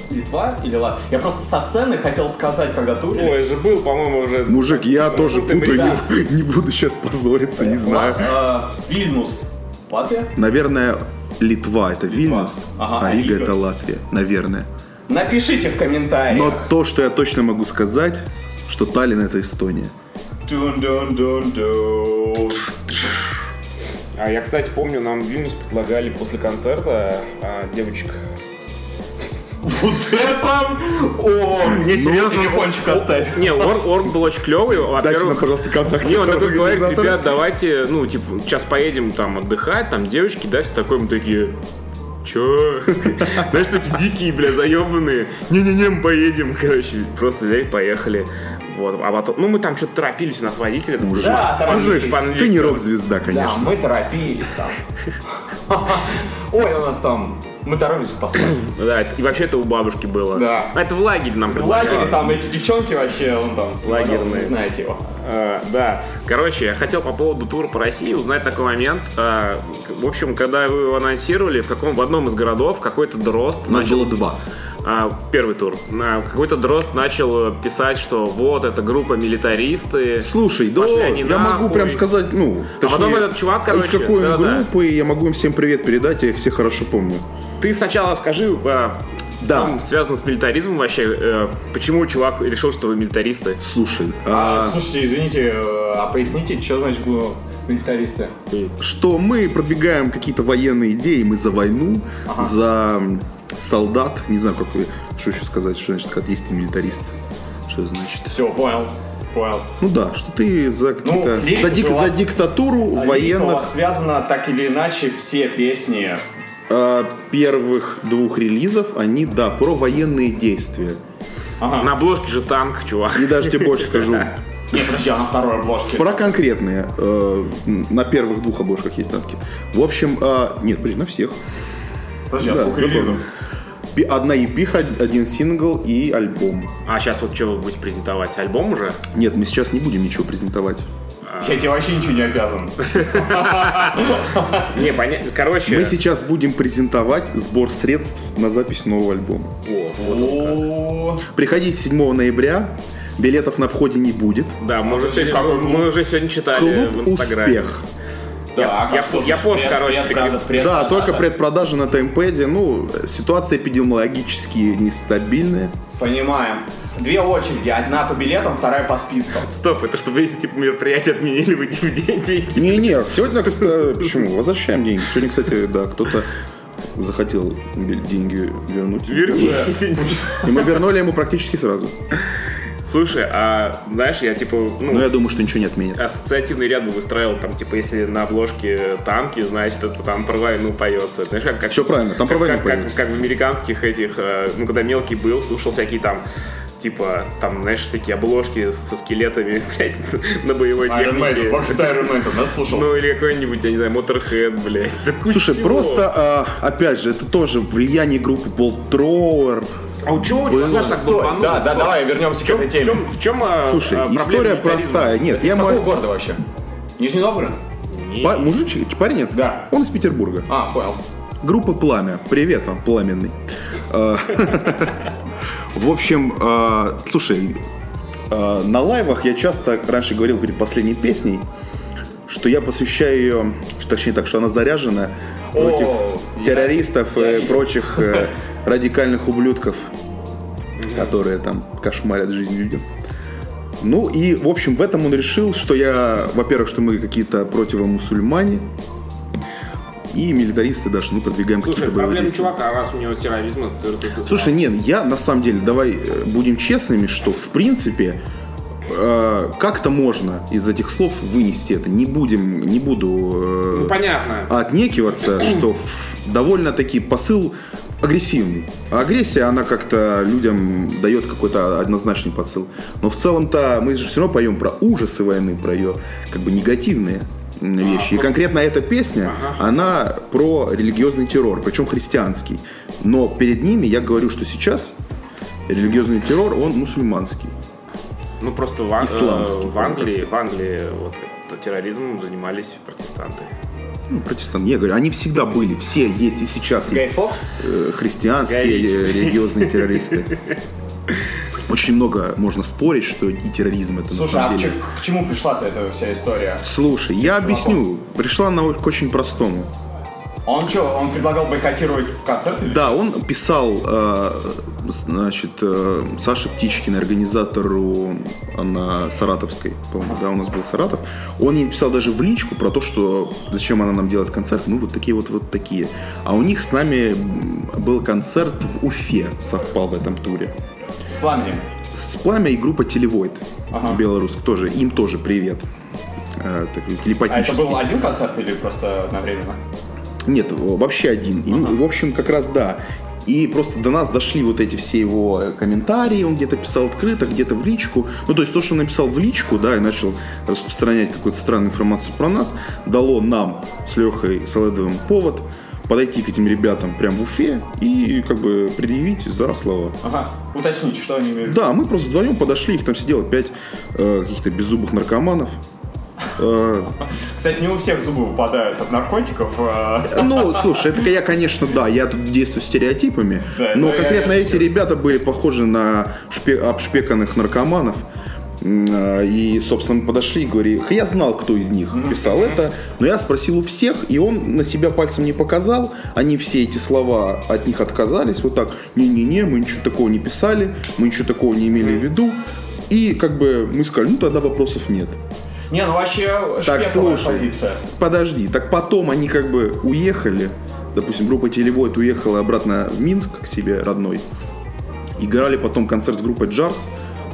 Speaker 1: Литва или Латвия? Я просто со сцены хотел сказать, когда турили.
Speaker 2: Ой, же был, по-моему, уже...
Speaker 3: Мужик, я
Speaker 1: ну,
Speaker 3: тоже
Speaker 2: ты
Speaker 3: путаю,
Speaker 1: бред.
Speaker 3: не, не буду сейчас позориться, не знаю.
Speaker 1: Ла- э, Вильнюс. Латвия?
Speaker 3: Наверное, Литва это Вильнюс,
Speaker 1: Ага, а
Speaker 3: а Рига
Speaker 1: Рига?
Speaker 3: это Латвия, наверное.
Speaker 1: Напишите в комментариях.
Speaker 3: Но то, что я точно могу сказать, что Таллин это Эстония.
Speaker 1: Дун-дун-дун-дун.
Speaker 2: А я, кстати, помню, нам в Вильнюс предлагали после концерта а, девочек.
Speaker 1: Вот это... О, мне серьезно Ну, телефончик отставь.
Speaker 2: Не, Орг, Орг был очень клевый.
Speaker 3: Дайте нам,
Speaker 2: Во-первых,
Speaker 3: пожалуйста, контакты.
Speaker 2: Не, он такой говорит,
Speaker 3: организатора.
Speaker 2: ребят, давайте, ну, типа, сейчас поедем там отдыхать, там девочки, да, все такое, мы такие, чё? Знаешь, такие дикие, бля, заебанные. Не-не-не, мы поедем, короче. Просто взяли, поехали. Вот, а потом, ну, мы там что-то торопились, у нас водитель. это
Speaker 3: Мужик,
Speaker 1: Да, там
Speaker 3: мужик,
Speaker 1: есть.
Speaker 2: Пан
Speaker 3: ты не
Speaker 2: Виктор.
Speaker 1: Да,
Speaker 3: рок-звезда, конечно.
Speaker 1: мы торопились там. Ой, у нас там... Мы торопились поспать.
Speaker 2: Да, и вообще это у бабушки было.
Speaker 1: Да.
Speaker 2: А это в лагере нам
Speaker 1: В
Speaker 2: предлагали.
Speaker 1: лагере там эти девчонки вообще, он там...
Speaker 2: Лагерные.
Speaker 1: Не знаете его.
Speaker 2: А, да. Короче, я хотел по поводу тура по России узнать такой момент. А, в общем, когда вы его анонсировали, в каком в одном из городов какой-то дрозд
Speaker 3: У нас было два.
Speaker 2: А, первый тур. А, какой-то дрозд начал э, писать, что вот это группа милитаристы.
Speaker 3: Слушай, да,
Speaker 2: Пошли они
Speaker 3: я могу
Speaker 2: нахуй. А
Speaker 3: прям сказать, ну, точнее,
Speaker 2: потом этот чувак, короче,
Speaker 3: из какой он
Speaker 2: да-да-да.
Speaker 3: группы, я могу им всем привет передать, я их все хорошо помню.
Speaker 2: Ты сначала скажи, а,
Speaker 3: Да.
Speaker 2: там связано с милитаризмом вообще, э, почему чувак решил, что вы милитаристы?
Speaker 3: Слушай, а,
Speaker 1: Слушайте, извините, э, а поясните, что значит гу- милитаристы?
Speaker 3: что мы продвигаем какие-то военные идеи, мы за войну, за м, солдат, не знаю, как вы, что еще сказать, что значит, как есть ты милитарист, что это значит.
Speaker 1: Все, понял. Понял.
Speaker 3: Ну да, что ты за какие-то,
Speaker 2: Ну,
Speaker 1: лирика
Speaker 3: за, дик-
Speaker 1: же у вас-
Speaker 3: за диктатуру военных
Speaker 1: Связано а так или иначе все песни.
Speaker 3: э, первых двух релизов, они, да, про военные действия.
Speaker 1: Ага.
Speaker 2: На обложке же танк, чувак.
Speaker 3: И даже тебе больше скажу.
Speaker 1: Нет, подожди, а на второй обложке.
Speaker 3: Пора конкретные. Э, на первых двух обложках есть танки. В общем, э, нет, подожди, на всех.
Speaker 1: Подожди, а
Speaker 3: Да,
Speaker 1: сколько
Speaker 3: забыл.
Speaker 1: релизов?
Speaker 3: Пи- Одна EP, од- один сингл и альбом.
Speaker 2: А сейчас вот что вы будете презентовать? Альбом уже?
Speaker 3: Нет, мы сейчас не будем ничего презентовать.
Speaker 1: Я тебе вообще ничего не обязан.
Speaker 2: Не, понятно. Короче,
Speaker 3: Мы сейчас будем презентовать сбор средств на запись нового альбома.
Speaker 2: О, вот он.
Speaker 1: О,
Speaker 3: Приходите 7 ноября, билетов на входе не будет.
Speaker 2: Да, мы уже,
Speaker 1: Подожди,
Speaker 2: сегодня,
Speaker 1: какой клуб?
Speaker 2: мы уже сегодня читали
Speaker 3: Клуб
Speaker 2: Э, в Инстаграме.
Speaker 3: «Успех».
Speaker 2: Я-
Speaker 1: Так, а
Speaker 2: я-
Speaker 1: что
Speaker 2: я
Speaker 1: значит
Speaker 2: пост,
Speaker 1: пред-
Speaker 2: короче,
Speaker 1: пред-
Speaker 2: прикреп-
Speaker 1: пред- пред-
Speaker 3: Да, только предпродажи на таймпеде. Ну, ситуация эпидемиологически нестабильная.
Speaker 1: Понимаем. Две очереди, одна по билетам, вторая по спискам.
Speaker 2: Стоп, это чтобы если типа мероприятие отменили, вы типа деньги.
Speaker 3: Не-не, сегодня как-то... Почему? Возвращаем деньги. Сегодня, кстати, да, кто-то захотел бе- деньги вернуть.
Speaker 2: Вернись.
Speaker 3: И мы вернули ему практически сразу.
Speaker 2: Слушай, а знаешь, я типа, ну,
Speaker 3: Но я думаю, что ничего не отменят.
Speaker 2: ассоциативный ряд бы выстраивал, там, типа, если на обложке танки, значит, это там про войну поется. Знаешь, как... как
Speaker 3: Все правильно, там про
Speaker 2: как,
Speaker 3: войну
Speaker 2: как, как,
Speaker 3: появится.
Speaker 2: как в американских этих, э, ну, когда мелкий был, слушал всякие там, типа, там, знаешь, всякие обложки со скелетами, блядь, на боевой технике.
Speaker 1: общем-то, Iron Man там нас слушал.
Speaker 2: Ну, или какой-нибудь, я не знаю, Motorhead, блядь. Да куча
Speaker 3: Слушай,
Speaker 2: всего.
Speaker 3: просто, а, опять же, это тоже влияние группы Bolt Thrower.
Speaker 2: А у чего у
Speaker 3: Было.
Speaker 2: тебя, знаешь, так
Speaker 1: Ну, Стой,
Speaker 2: бомбануло?
Speaker 1: да, да,
Speaker 2: Стоп.
Speaker 1: давай вернемся
Speaker 2: В
Speaker 1: к этой
Speaker 2: чем, в
Speaker 1: теме.
Speaker 2: чем, в чем а,
Speaker 3: Слушай,
Speaker 2: а, проблема
Speaker 3: история
Speaker 2: гитаризма?
Speaker 3: простая. Нет,
Speaker 1: Ты
Speaker 3: я
Speaker 1: из какого
Speaker 3: мой...
Speaker 1: города вообще? Нижний Новгород?
Speaker 2: Не-
Speaker 3: Па- Мужичек, парень нет?
Speaker 1: Да.
Speaker 3: Он из Петербурга.
Speaker 1: А, понял.
Speaker 3: Группа Пламя. Привет вам, пламенный. Э, В общем, э, слушай, э, на лайвах я часто раньше говорил перед последней песней, что я посвящаю ее, что, точнее так, что она заряжена против
Speaker 1: я-
Speaker 3: террористов
Speaker 1: я
Speaker 3: и
Speaker 1: видел.
Speaker 3: прочих э, радикальных ублюдков, которые там кошмарят жизнь людям. Ну и, в общем, в этом он решил, что я, во-первых, что мы какие-то противомусульмане, и милитаристы даже, ну, продвигаем
Speaker 2: Слушай,
Speaker 3: какие-то боевые
Speaker 2: проблема
Speaker 3: действия.
Speaker 2: чувака, раз у него терроризм ассоциируется с
Speaker 3: Слушай, нет, я на самом деле, давай э, будем честными, что в принципе э, как-то можно из этих слов вынести это. Не будем, не буду
Speaker 2: Ну,
Speaker 3: э,
Speaker 2: понятно.
Speaker 3: отнекиваться, что в- довольно-таки посыл агрессивный. А агрессия, она как-то людям дает какой-то однозначный посыл. Но в целом-то мы же все равно поем про ужасы войны, про ее как бы негативные м, вещи. И конкретно эта песня, она про религиозный террор, причем христианский. Но перед ними я говорю, что сейчас религиозный террор, он мусульманский.
Speaker 2: Ну, просто в, Ан-
Speaker 3: Исламский,
Speaker 2: э, в Англии, в Англии вот, э, терроризмом занимались протестанты.
Speaker 3: Ну, протестант. Я говорю, они всегда были, все есть и сейчас
Speaker 1: Гай
Speaker 3: есть.
Speaker 1: Фокс?
Speaker 3: э, христианские
Speaker 2: Горит.
Speaker 3: э, религиозные террористы. Очень много можно спорить, что и терроризм это на
Speaker 1: Слушай, а
Speaker 3: самом
Speaker 1: к
Speaker 3: деле.
Speaker 1: че- к чему пришла-то эта вся история?
Speaker 3: Слушай, я объясню. Пришла она к очень простому.
Speaker 1: Он что, он предлагал бойкотировать концерт или
Speaker 3: Да, он писал, э, значит, э, Саше Птичкин, организатору на Саратовской, по-моему, да, у нас был Саратов. Он ей писал даже в личку про то, что зачем она нам делает концерт, мы вот такие вот вот такие. А у них с нами м, был концерт в Уфе, совпал в этом туре.
Speaker 1: с пламенем?
Speaker 3: С пламя и группа Телевойт.
Speaker 1: Ага.
Speaker 3: Белоруск тоже. Им тоже привет. Э, такой
Speaker 1: А это
Speaker 3: телепатический.
Speaker 1: был один концерт или просто одновременно?
Speaker 3: Нет, в- вообще один. И, ну, в общем, как раз да. И просто до нас дошли вот эти все его э, комментарии, он где-то писал открыто, где-то в личку. Ну, то есть то, что он написал в личку, да, и начал распространять какую-то странную информацию про нас, дало нам с Лехой Соледовым повод подойти к этим ребятам прям в Уфе и как бы предъявить за слова.
Speaker 1: Ага, уточните, что они имели в виду.
Speaker 3: Да, мы просто вдвоем подошли, их там сидело пять э, каких-то беззубых наркоманов. Э,
Speaker 1: Кстати, не у всех зубы выпадают от наркотиков. э.
Speaker 3: ну, слушай, это я, конечно, да, я тут действую стереотипами,
Speaker 1: Да,
Speaker 3: но
Speaker 1: это я-
Speaker 3: конкретно
Speaker 1: я
Speaker 3: эти ребята были похожи на шпе- обшпеканных наркоманов. М, э, И, собственно, мы подошли и говорили, я знал, кто из них писал это, но я спросил у всех, и он на себя пальцем не показал, они все эти слова от них отказались, вот так, не-не-не, мы ничего такого не писали, мы ничего такого не имели в виду, и как бы мы сказали, ну тогда вопросов нет.
Speaker 1: Не, ну вообще
Speaker 3: Так,
Speaker 1: шпековая
Speaker 3: слушай.
Speaker 1: позиция.
Speaker 3: Подожди, так потом они как бы уехали, допустим, группа Телевойт уехала обратно в Минск к себе родной, играли потом концерт с группой Джарс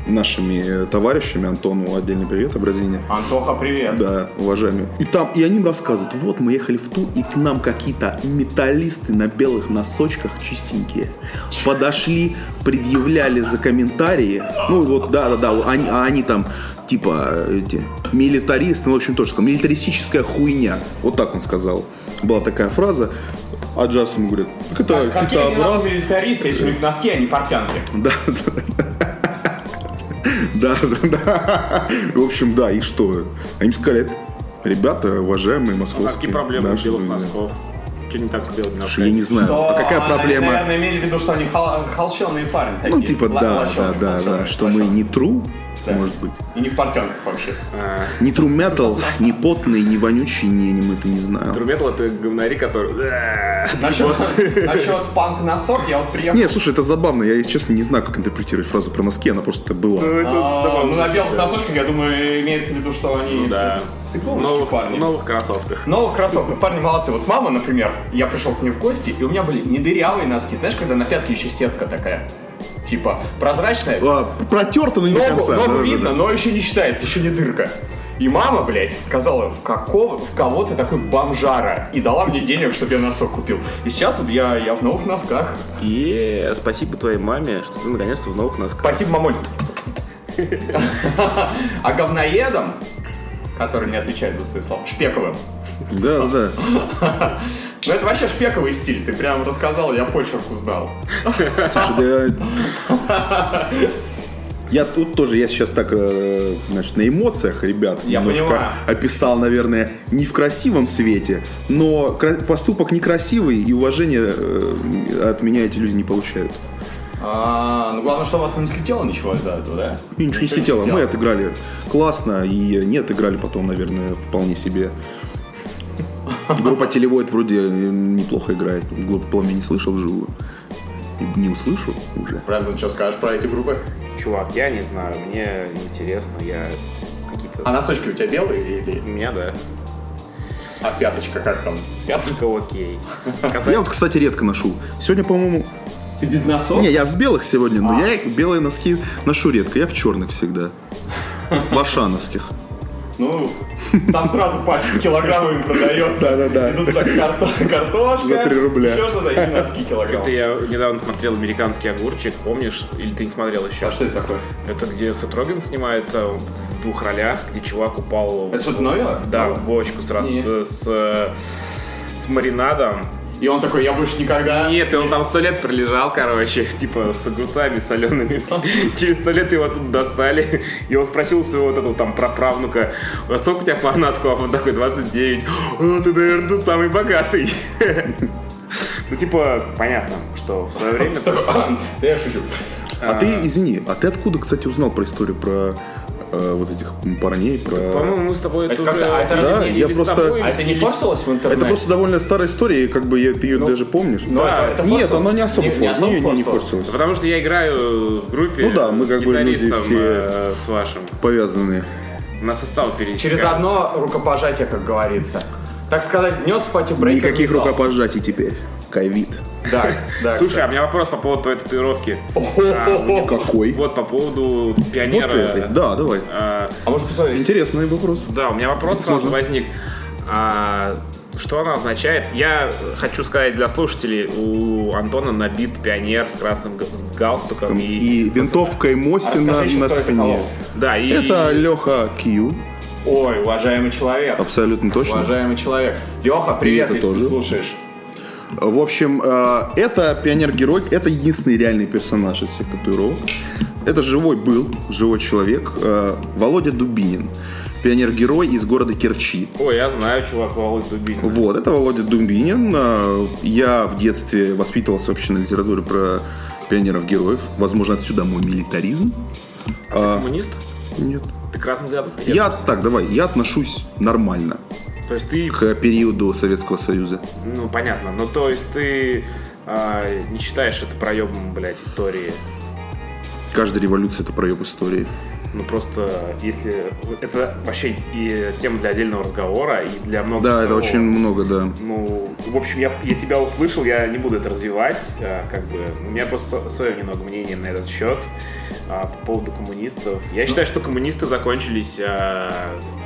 Speaker 3: нашими э, товарищами, Антону отдельный привет, Абразине.
Speaker 1: Антоха, привет.
Speaker 3: Да, уважаемый. И там, и они им рассказывают, вот мы ехали в ту, и к нам какие-то металлисты на белых носочках чистенькие подошли, предъявляли за комментарии. Ну вот, да, да, да, они, а они там типа эти милитаристы, ну, в общем, тоже сказал, милитаристическая хуйня. Вот так он сказал. Была такая фраза. А Джарс ему говорит, так это
Speaker 2: А
Speaker 1: Какие они
Speaker 3: китообраз».
Speaker 1: нахуй милитаристы, если у них носки, а не портянки?
Speaker 3: Да, да, да, да. В общем, да, и что? Они сказали, «Это, ребята, уважаемые московские.
Speaker 2: А Какие проблемы у
Speaker 3: наши
Speaker 2: белых
Speaker 3: друзья».
Speaker 2: носков? Что не так с белыми
Speaker 3: Слушай, Я
Speaker 2: носками?
Speaker 3: не знаю,
Speaker 1: То
Speaker 3: а какая
Speaker 1: она,
Speaker 3: проблема?
Speaker 1: Наверное, имели в виду, что они хол- холщеные парни такие.
Speaker 3: Ну, типа,
Speaker 1: Ла-
Speaker 3: да, да,
Speaker 1: лощеные,
Speaker 3: да, да,
Speaker 1: лощеные,
Speaker 3: что мы
Speaker 1: лощеные.
Speaker 3: не true,
Speaker 1: Да.
Speaker 3: может быть.
Speaker 1: И не в портянках вообще.
Speaker 3: Не true metal, не потный, не вонючий, не, не мы-то не знаем.
Speaker 2: Труметал это говнари, которые...
Speaker 1: Насчет, насчет панк-носок я вот приехал...
Speaker 3: Не, слушай, это забавно, я, если честно, не знаю, как интерпретировать фразу про носки, она просто была.
Speaker 1: А, ну, на белых носочках, я думаю, имеется в виду, что
Speaker 3: Ну
Speaker 1: они
Speaker 2: Да.
Speaker 1: с- с
Speaker 2: В
Speaker 1: иголочки
Speaker 2: новых,
Speaker 1: парни.
Speaker 2: в новых кроссовках.
Speaker 1: Новых кроссовок. Парни молодцы. Вот мама, например, я пришел к ней в гости, и у меня были не дырявые носки. Знаешь, когда на пятке еще сетка такая, типа прозрачная.
Speaker 3: А, протерто, но не до
Speaker 1: Ногу,
Speaker 3: конца.
Speaker 1: ногу
Speaker 3: да-да-да.
Speaker 1: видно, но еще не считается, еще не дырка. И мама, блядь, сказала, в, какого, в кого ты такой бомжара? И дала мне денег, чтобы я носок купил. И сейчас вот я, я в новых носках.
Speaker 2: И спасибо твоей маме, что ты наконец-то в новых носках.
Speaker 1: Спасибо, мамуль. А говноедам, который не отвечает за свои слова, Шпековым.
Speaker 3: Да, да, да.
Speaker 1: Ну это вообще шпековый стиль, ты прям рассказал, я почерк узнал.
Speaker 3: Слушай, да я- Я тут тоже, я сейчас так, э, значит, на эмоциях, ребят,
Speaker 1: Я
Speaker 3: немножко
Speaker 1: понимаю.
Speaker 3: описал, наверное, не в красивом свете, но кра- поступок некрасивый, и уважение э, от меня эти люди не получают.
Speaker 1: А, ну главное, что у вас не слетело ничего из-за этого, да?
Speaker 3: И ничего не слетело, мы отыграли классно, и не отыграли потом, наверное, вполне себе. Группа Телевойт вроде э, неплохо играет, глупо пламя не слышал вживую. И Не услышу уже.
Speaker 1: Брэндон, что скажешь про эти группы?
Speaker 2: Чувак, я не знаю, мне интересно, я какие-то...
Speaker 1: А носочки у тебя белые или...
Speaker 2: У меня, да.
Speaker 1: А пяточка как там? Пяточка?
Speaker 2: Только окей.
Speaker 3: Я вот, кстати, редко ношу. Сегодня, по-моему,
Speaker 1: Ты без носок?
Speaker 3: Не, я в белых сегодня, но я белые носки ношу редко. Я в черных всегда. В ашановских.
Speaker 1: Ну, там сразу пачка килограммами продается.
Speaker 3: Да-да-да.
Speaker 1: И тут так карто- картошка.
Speaker 3: За три рубля.
Speaker 1: Еще что-то, и носки
Speaker 2: Это
Speaker 1: килограмм.
Speaker 2: я недавно смотрел «Американский огурчик», помнишь? Или ты не смотрел еще?
Speaker 1: А что это такое?
Speaker 2: Это где Сет Роген снимается в двух ролях, где чувак упал... в-
Speaker 1: Это что-то новое?
Speaker 2: Да, в бочку с, раз-
Speaker 1: Не.
Speaker 2: э, с, э, с маринадом.
Speaker 1: И он такой, я больше никогда...
Speaker 2: Нет, и он там сто лет пролежал, короче, типа с огурцами солеными. Через сто лет его тут достали. И он спросил у своего вот этого там праправнука, «А сколько у тебя по носков? Он такой, 29. «О, ты, наверное, тут самый богатый. Ну, типа, понятно, что в свое время...
Speaker 1: Такой, Да я шучу.
Speaker 3: А, ты, извини, а ты откуда, кстати, узнал про историю про э, вот этих парней, про...
Speaker 2: По-моему, мы с тобой
Speaker 1: Это
Speaker 2: тут
Speaker 1: как-то- а это
Speaker 2: уже
Speaker 1: разве
Speaker 3: Да,
Speaker 2: или
Speaker 3: я
Speaker 2: с
Speaker 3: просто-
Speaker 2: тобой,
Speaker 1: А
Speaker 2: или
Speaker 1: это не
Speaker 2: с-
Speaker 1: форсилось в интернете?
Speaker 3: Это просто довольно старая история, и как бы я- ты ее даже помнишь.
Speaker 1: Ну,
Speaker 2: Да.
Speaker 1: это- это
Speaker 3: Нет,
Speaker 1: форсилось?
Speaker 3: она не
Speaker 1: Не-
Speaker 3: особо
Speaker 1: не
Speaker 3: форсилась.
Speaker 1: особо
Speaker 3: Не, не, не
Speaker 1: форсилось?
Speaker 3: форсилась.
Speaker 2: Потому что я играю в группе
Speaker 3: Ну да, мы
Speaker 2: с
Speaker 3: как бы люди
Speaker 2: гитаристом,
Speaker 3: все-
Speaker 2: э, с вашим.
Speaker 3: Повязанные.
Speaker 2: У нас состав пересекает.
Speaker 1: Через одно рукопожатие, как говорится. Так сказать, внес в пати брейк.
Speaker 3: Никаких рукопожатий теперь. Ковид.
Speaker 1: Да, да.
Speaker 2: Слушай, а у меня вопрос по поводу твоей татуировки. А, мне
Speaker 3: Какой?
Speaker 2: Вот по поводу
Speaker 3: Вот
Speaker 2: пионера.
Speaker 3: этой. Да, давай.
Speaker 2: А,
Speaker 1: А может посмотреть?
Speaker 3: Интересный вопрос.
Speaker 2: да, у меня вопрос сразу возник. А, что она означает? Я хочу сказать для слушателей, у Антона набит пионер с красным га- с галстуком и...
Speaker 3: И винтовкой Мосина
Speaker 1: расскажи еще,
Speaker 3: на
Speaker 1: кто это
Speaker 3: спине.
Speaker 1: колол.
Speaker 2: Да, и...
Speaker 3: Это Леха Кью,
Speaker 1: Ой, уважаемый человек.
Speaker 3: абсолютно точно.
Speaker 1: Уважаемый человек. Леха, привет,
Speaker 3: А это
Speaker 1: если ты
Speaker 3: тоже.
Speaker 1: слушаешь.
Speaker 3: В общем, э, это пионер-герой, это единственный реальный персонаж из всех татуировок. Это живой был, живой человек, э, Володя Дубинин. Пионер-герой из города Керчи.
Speaker 2: Ой, я знаю, чувак, Володь Дубинин.
Speaker 3: Вот, это Володя Дубинин. Э, Я в детстве воспитывался вообще на литературе про пионеров-героев. Возможно, отсюда мой милитаризм.
Speaker 2: А ты коммунист?
Speaker 3: Нет.
Speaker 2: Ты красным взглядом?
Speaker 3: Я так, давай, я отношусь нормально
Speaker 2: То есть ты
Speaker 3: к периоду Советского Союза.
Speaker 2: Ну, понятно. Ну, то есть ты а, не считаешь это проебом, блядь, истории?
Speaker 3: Каждая революция это проеб истории.
Speaker 2: Ну просто если это вообще и тема для отдельного разговора и для многих.
Speaker 3: Да, это очень много, да.
Speaker 2: Ну, в общем, я, я тебя услышал, я не буду это развивать, а, как бы. У меня просто свое немного мнение на этот счет а, по поводу коммунистов. Я считаю, что коммунисты закончились а,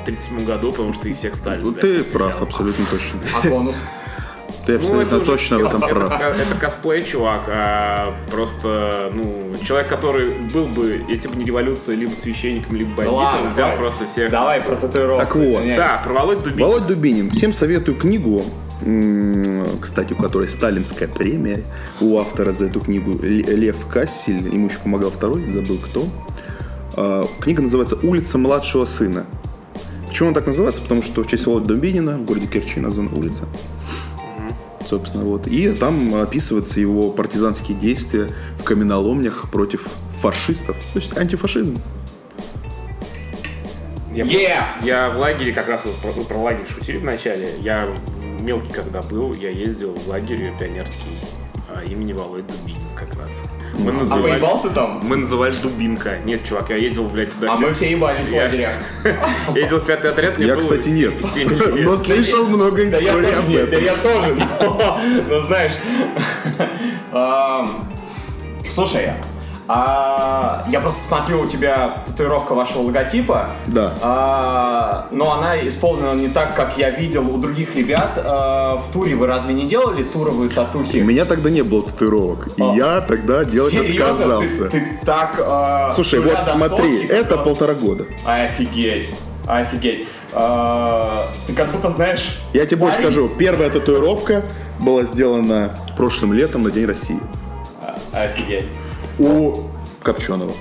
Speaker 2: в 37 году, потому что их всех стали.
Speaker 3: Ну, ты прав, абсолютно точно.
Speaker 1: А конус?
Speaker 3: Ты абсолютно
Speaker 2: Ну, это уже
Speaker 3: точно в этом
Speaker 2: Это,
Speaker 3: прав.
Speaker 2: ко- это косплей, чувак. а, просто, ну, человек, который был бы, если бы не революция, либо священником, либо бандитом,
Speaker 1: ладно,
Speaker 2: взял
Speaker 1: давай.
Speaker 2: просто всех.
Speaker 1: Давай про татуировку.
Speaker 3: Так вот,
Speaker 1: извиняюсь.
Speaker 2: Да, про Володь Дубинин.
Speaker 3: Володь Дубинин. Всем советую книгу, м, кстати, у которой сталинская премия. У автора за эту книгу Л- Лев Кассель, ему еще помогал второй, забыл кто. А, Книга называется «Улица младшего сына». Почему он так называется? Потому что в честь Володи Дубинина в городе Керчи названа улица. Собственно, вот. И там описываются его партизанские действия в каменоломнях против фашистов. То есть антифашизм.
Speaker 2: Я,
Speaker 1: Yeah!
Speaker 2: я в лагере, как раз вот про, вы про лагерь шутили вначале. Я мелкий когда был, я ездил в лагерь пионерский а, имени Володь Дубинин как раз. Мы
Speaker 1: А
Speaker 2: называли,
Speaker 1: поебался там?
Speaker 2: мы называли Дубинка. Нет, чувак, я ездил, блядь, туда.
Speaker 1: А мы все ебались в
Speaker 2: Я-
Speaker 1: лагерях.
Speaker 2: Я ездил в пятый отряд, мне
Speaker 3: Я,
Speaker 2: было
Speaker 3: кстати,
Speaker 2: семь-
Speaker 3: нет.
Speaker 2: семь лет.
Speaker 3: Но слышал много
Speaker 1: Да я
Speaker 3: историй
Speaker 1: тоже,
Speaker 3: об
Speaker 1: нет, да
Speaker 3: этом.
Speaker 1: я тоже, но, но знаешь, ам, слушай, а, я просто смотрю, у тебя татуировка вашего логотипа,
Speaker 3: Да.
Speaker 1: а, но она исполнена не так, как я видел у других ребят. А, в туре вы разве не делали туровые
Speaker 3: У
Speaker 1: татухи?
Speaker 3: меня тогда не было татуировок, и
Speaker 1: А.
Speaker 3: я тогда делать
Speaker 1: Серьезно?
Speaker 3: отказался.
Speaker 1: Ты, ты так... а,
Speaker 3: Слушай,
Speaker 1: с нуля
Speaker 3: вот
Speaker 1: до
Speaker 3: смотри,
Speaker 1: сотки,
Speaker 3: это
Speaker 1: как-
Speaker 3: полтора года.
Speaker 1: Офигеть, офигеть. А, ты как будто знаешь...
Speaker 3: Я тебе больше
Speaker 1: парень-
Speaker 3: скажу, первая татуировка была сделана прошлым летом на День России
Speaker 1: А, Офигеть.
Speaker 3: у Копченого.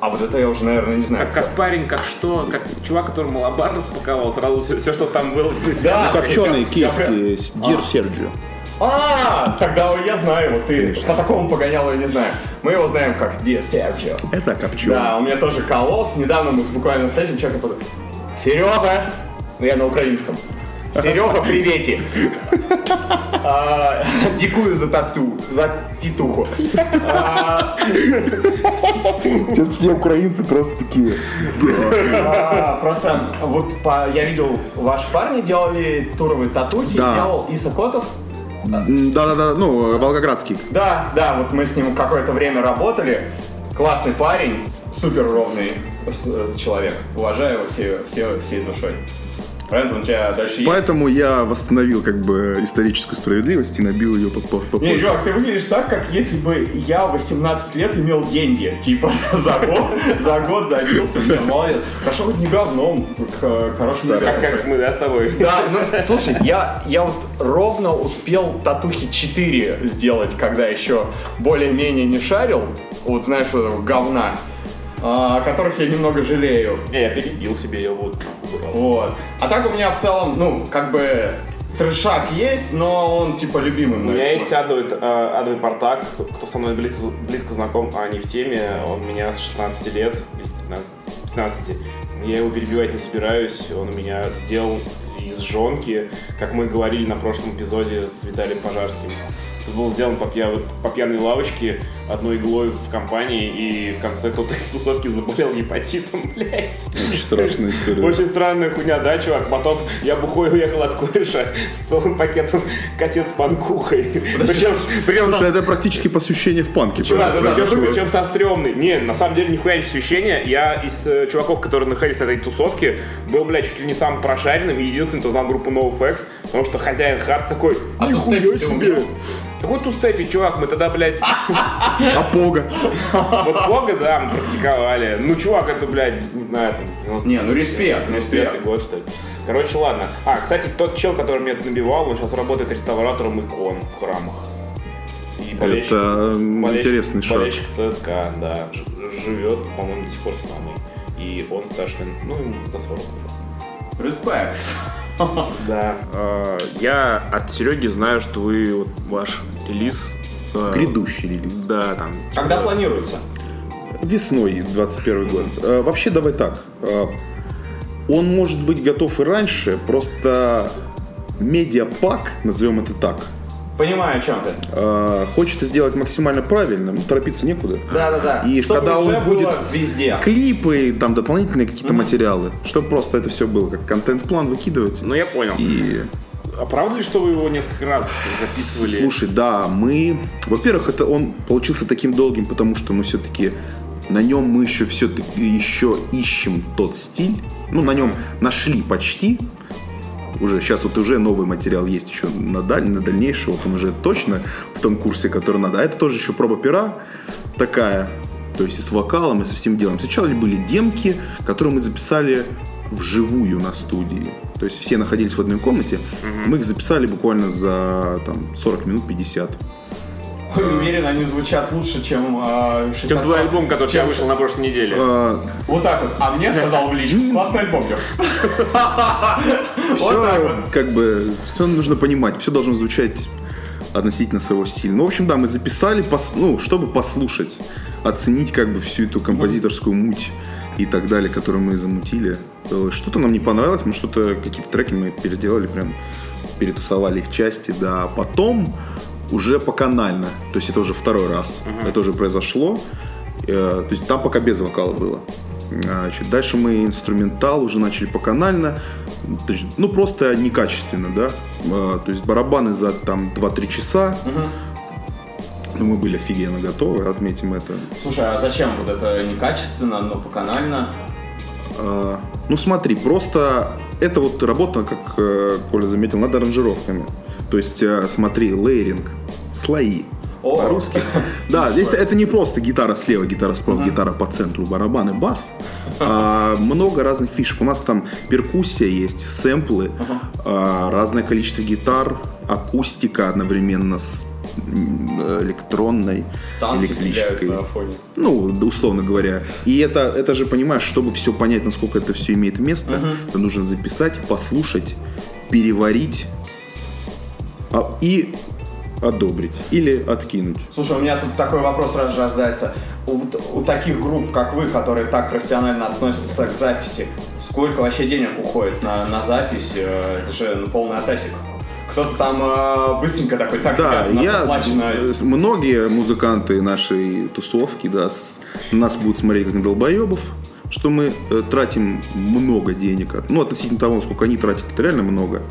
Speaker 1: А вот это я уже, наверное, не знаю.
Speaker 2: Как, как парень, как что, как чувак, который малобар распаковал, сразу все, что там было. на себя
Speaker 1: Да,
Speaker 2: накопил.
Speaker 3: Копченый,
Speaker 1: я-
Speaker 3: киевский, с- Дир Серджио.
Speaker 1: А, тогда я знаю его, ты по такому погонял я не знаю. Мы его знаем как Ди Серджио.
Speaker 3: Это Копченый.
Speaker 1: Да, у меня тоже колосс. Недавно мы буквально с этим человеком поз- Серега! Ну, я на украинском. Серега, привети! А, Дикую за тату, за титуху.
Speaker 3: Все украинцы просто такие.
Speaker 1: А, Просто вот по- я видел, ваши парни делали туровые татухи,
Speaker 3: Да.
Speaker 1: делал Иса Котов.
Speaker 3: Да-да-да, ну, волгоградский.
Speaker 1: Да, да, вот мы с ним какое-то время работали. Классный парень, супер ровный с- э, человек. Уважаю его все, все, всей душой. Рэнд, у тебя дальше есть?
Speaker 3: Поэтому я восстановил как бы историческую справедливость и набил ее по
Speaker 1: Не,
Speaker 3: попозже.
Speaker 1: Жак, ты выглядишь так, как если бы я в 18 лет имел деньги. Типа за год, за год забился, бля, молодец. Хорошо хоть не говном, к- э, хорошим
Speaker 2: Как,
Speaker 1: ребятам.
Speaker 2: как мы, да, с тобой.
Speaker 1: Да, ну, слушай, я, я вот ровно успел татухи 4 сделать, когда еще более-менее не шарил. Вот знаешь, вот этого говна, а, о которых я немного жалею.
Speaker 2: Не, я перебил себе, я вот нахуй брал.
Speaker 1: Вот. А так у меня в целом, ну, как бы трешак есть, но он типа любимый
Speaker 2: У
Speaker 1: мной.
Speaker 2: меня есть адовый, э, адовый портак, кто, кто со мной близко, близко знаком, а не в теме, он у меня с 16 лет, или с 15, с 15, я его перебивать не собираюсь, он у меня сделал из жонки, как мы говорили на прошлом эпизоде с Виталием Пожарским. Это был сделан по, пья- по пьяной лавочке, одной иглой в компании, и в конце кто-то из тусовки заболел гепатитом, блядь.
Speaker 3: Очень страшная история.
Speaker 2: Очень странная хуйня, да, чувак? Потом я бухой уехал от кореша с целым пакетом кассет с панкухой. Причем, причем,
Speaker 3: Слушай, это практически посвящение в панке. произошло.
Speaker 2: причем, причем со стрёмной. Не, на самом деле нихуя не посвящение. Я из э, чуваков, которые находились на этой тусовке, был, блядь, чуть ли не самым прошаренным и единственным, кто знал группу NoFX, потому что хозяин хард такой,
Speaker 1: А
Speaker 3: Нихуя
Speaker 1: тустепи ты
Speaker 3: себе.
Speaker 1: умел?
Speaker 2: какой тустепи, чувак, мы тогда, блядь,
Speaker 3: А пога.
Speaker 2: вот бога, да, мы практиковали. Ну, чувак, это, блядь, не знаю, там, 90
Speaker 1: Не, ну респект, респект.
Speaker 2: 95 год, что ли. Короче, ладно. А, кстати, тот чел, который меня набивал, он сейчас работает реставратором икон в храмах. И болельщик,
Speaker 3: Это м,
Speaker 2: болельщик-
Speaker 3: интересный шаг.
Speaker 2: Болельщик ЦСКА, да. Ж- живет, по-моему, до сих пор с мамой. И он старше, наверно, ну, ему за 40 уже.
Speaker 1: Респект.
Speaker 2: Да. А, Я от Сереги знаю, что вы ваш релиз... э,
Speaker 3: Грядущий релиз.
Speaker 2: Да, там. типа
Speaker 1: Когда планируется?
Speaker 3: Весной 21 год. Э, Вообще давай так. Э, Он может быть готов и раньше, просто медиапак, назовем это так,
Speaker 1: Понимаю, о чем ты.
Speaker 3: а, хочет сделать максимально правильно, ну, торопиться некуда.
Speaker 1: Да-да-да.
Speaker 3: И
Speaker 1: Чтобы
Speaker 3: когда
Speaker 1: уже
Speaker 3: он будет-
Speaker 1: было везде.
Speaker 3: Клипы, там дополнительные какие-то материалы, чтобы просто это все было как контент-план выкидывать.
Speaker 2: Ну, я понял.
Speaker 3: И
Speaker 2: А правда ли, что вы его несколько раз записывали?
Speaker 3: Слушай, да, мы... Во-первых, это он получился таким долгим, потому что мы все-таки... На нем мы еще все-таки еще ищем тот стиль. Ну, на нем нашли почти. Уже сейчас вот уже новый материал есть еще на, даль... на дальнейший. Вот он уже точно в том курсе, который надо. А это тоже еще проба пера такая. То есть и с вокалом, и со всем делом. Сначала были демки, которые мы записали вживую на студии. То есть все находились в одной комнате. Мы их записали буквально за там, 40 минут 50.
Speaker 1: Уверен, они звучат лучше, чем э, 60
Speaker 2: Чем Типа твой альбом, который у тебя вышел на прошлой неделе.
Speaker 3: А,
Speaker 1: Вот так вот. А мне сказал в личку. Классный альбом, Лёш.
Speaker 3: все,
Speaker 1: Вот так вот.
Speaker 3: как бы, все нужно понимать, все должно звучать относительно своего стиля. Ну, в общем, да, мы записали, пос- ну, чтобы послушать, оценить как бы всю эту композиторскую муть и так далее, которую мы замутили. Э, Что-то нам не понравилось, мы что-то, какие-то треки мы переделали, прям перетасовали их части, да. А Потом уже по канально, то есть это уже второй раз, это уже произошло. Э, То есть там пока без вокала было. А, Значит, дальше мы инструментал уже начали по канально, то есть, ну просто некачественно, да. Э, То есть барабаны за там 2-3 часа. Ну, мы были офигенно готовы, отметим это.
Speaker 1: Слушай, а зачем вот это некачественно, но поканально?
Speaker 3: Э, Ну смотри, просто это вот работа, как э, Коля заметил, над аранжировками. То есть, э, смотри, лейринг, слои.
Speaker 1: О.
Speaker 3: По-русски. Да, здесь это не просто гитара слева, гитара справа, гитара по центру, барабан и бас. А, Много разных фишек. У нас там перкуссия есть, сэмплы, а, разное количество гитар, акустика одновременно с м, электронной,
Speaker 1: Танки стреляют
Speaker 3: электрической.
Speaker 1: на фоне.
Speaker 3: Ну, да, условно говоря. И это, это же, понимаешь, чтобы все понять, насколько это все имеет место, это нужно записать, послушать, переварить а- и одобрить или откинуть.
Speaker 1: Слушай, у меня тут такой вопрос сразу же рождается. У, вот- у таких групп, как вы, которые так профессионально относятся к записи, сколько вообще денег уходит на, на запись? Э, Это же ну, полный атасик. Кто-то там э, быстренько такой, так,
Speaker 3: Да,
Speaker 1: ребят, у нас
Speaker 3: я
Speaker 1: оплачено.
Speaker 3: э, многие музыканты нашей тусовки, да, с- нас будут смотреть как на долбоебов, что мы э, тратим много денег, от- ну относительно того, сколько они тратят, это реально много.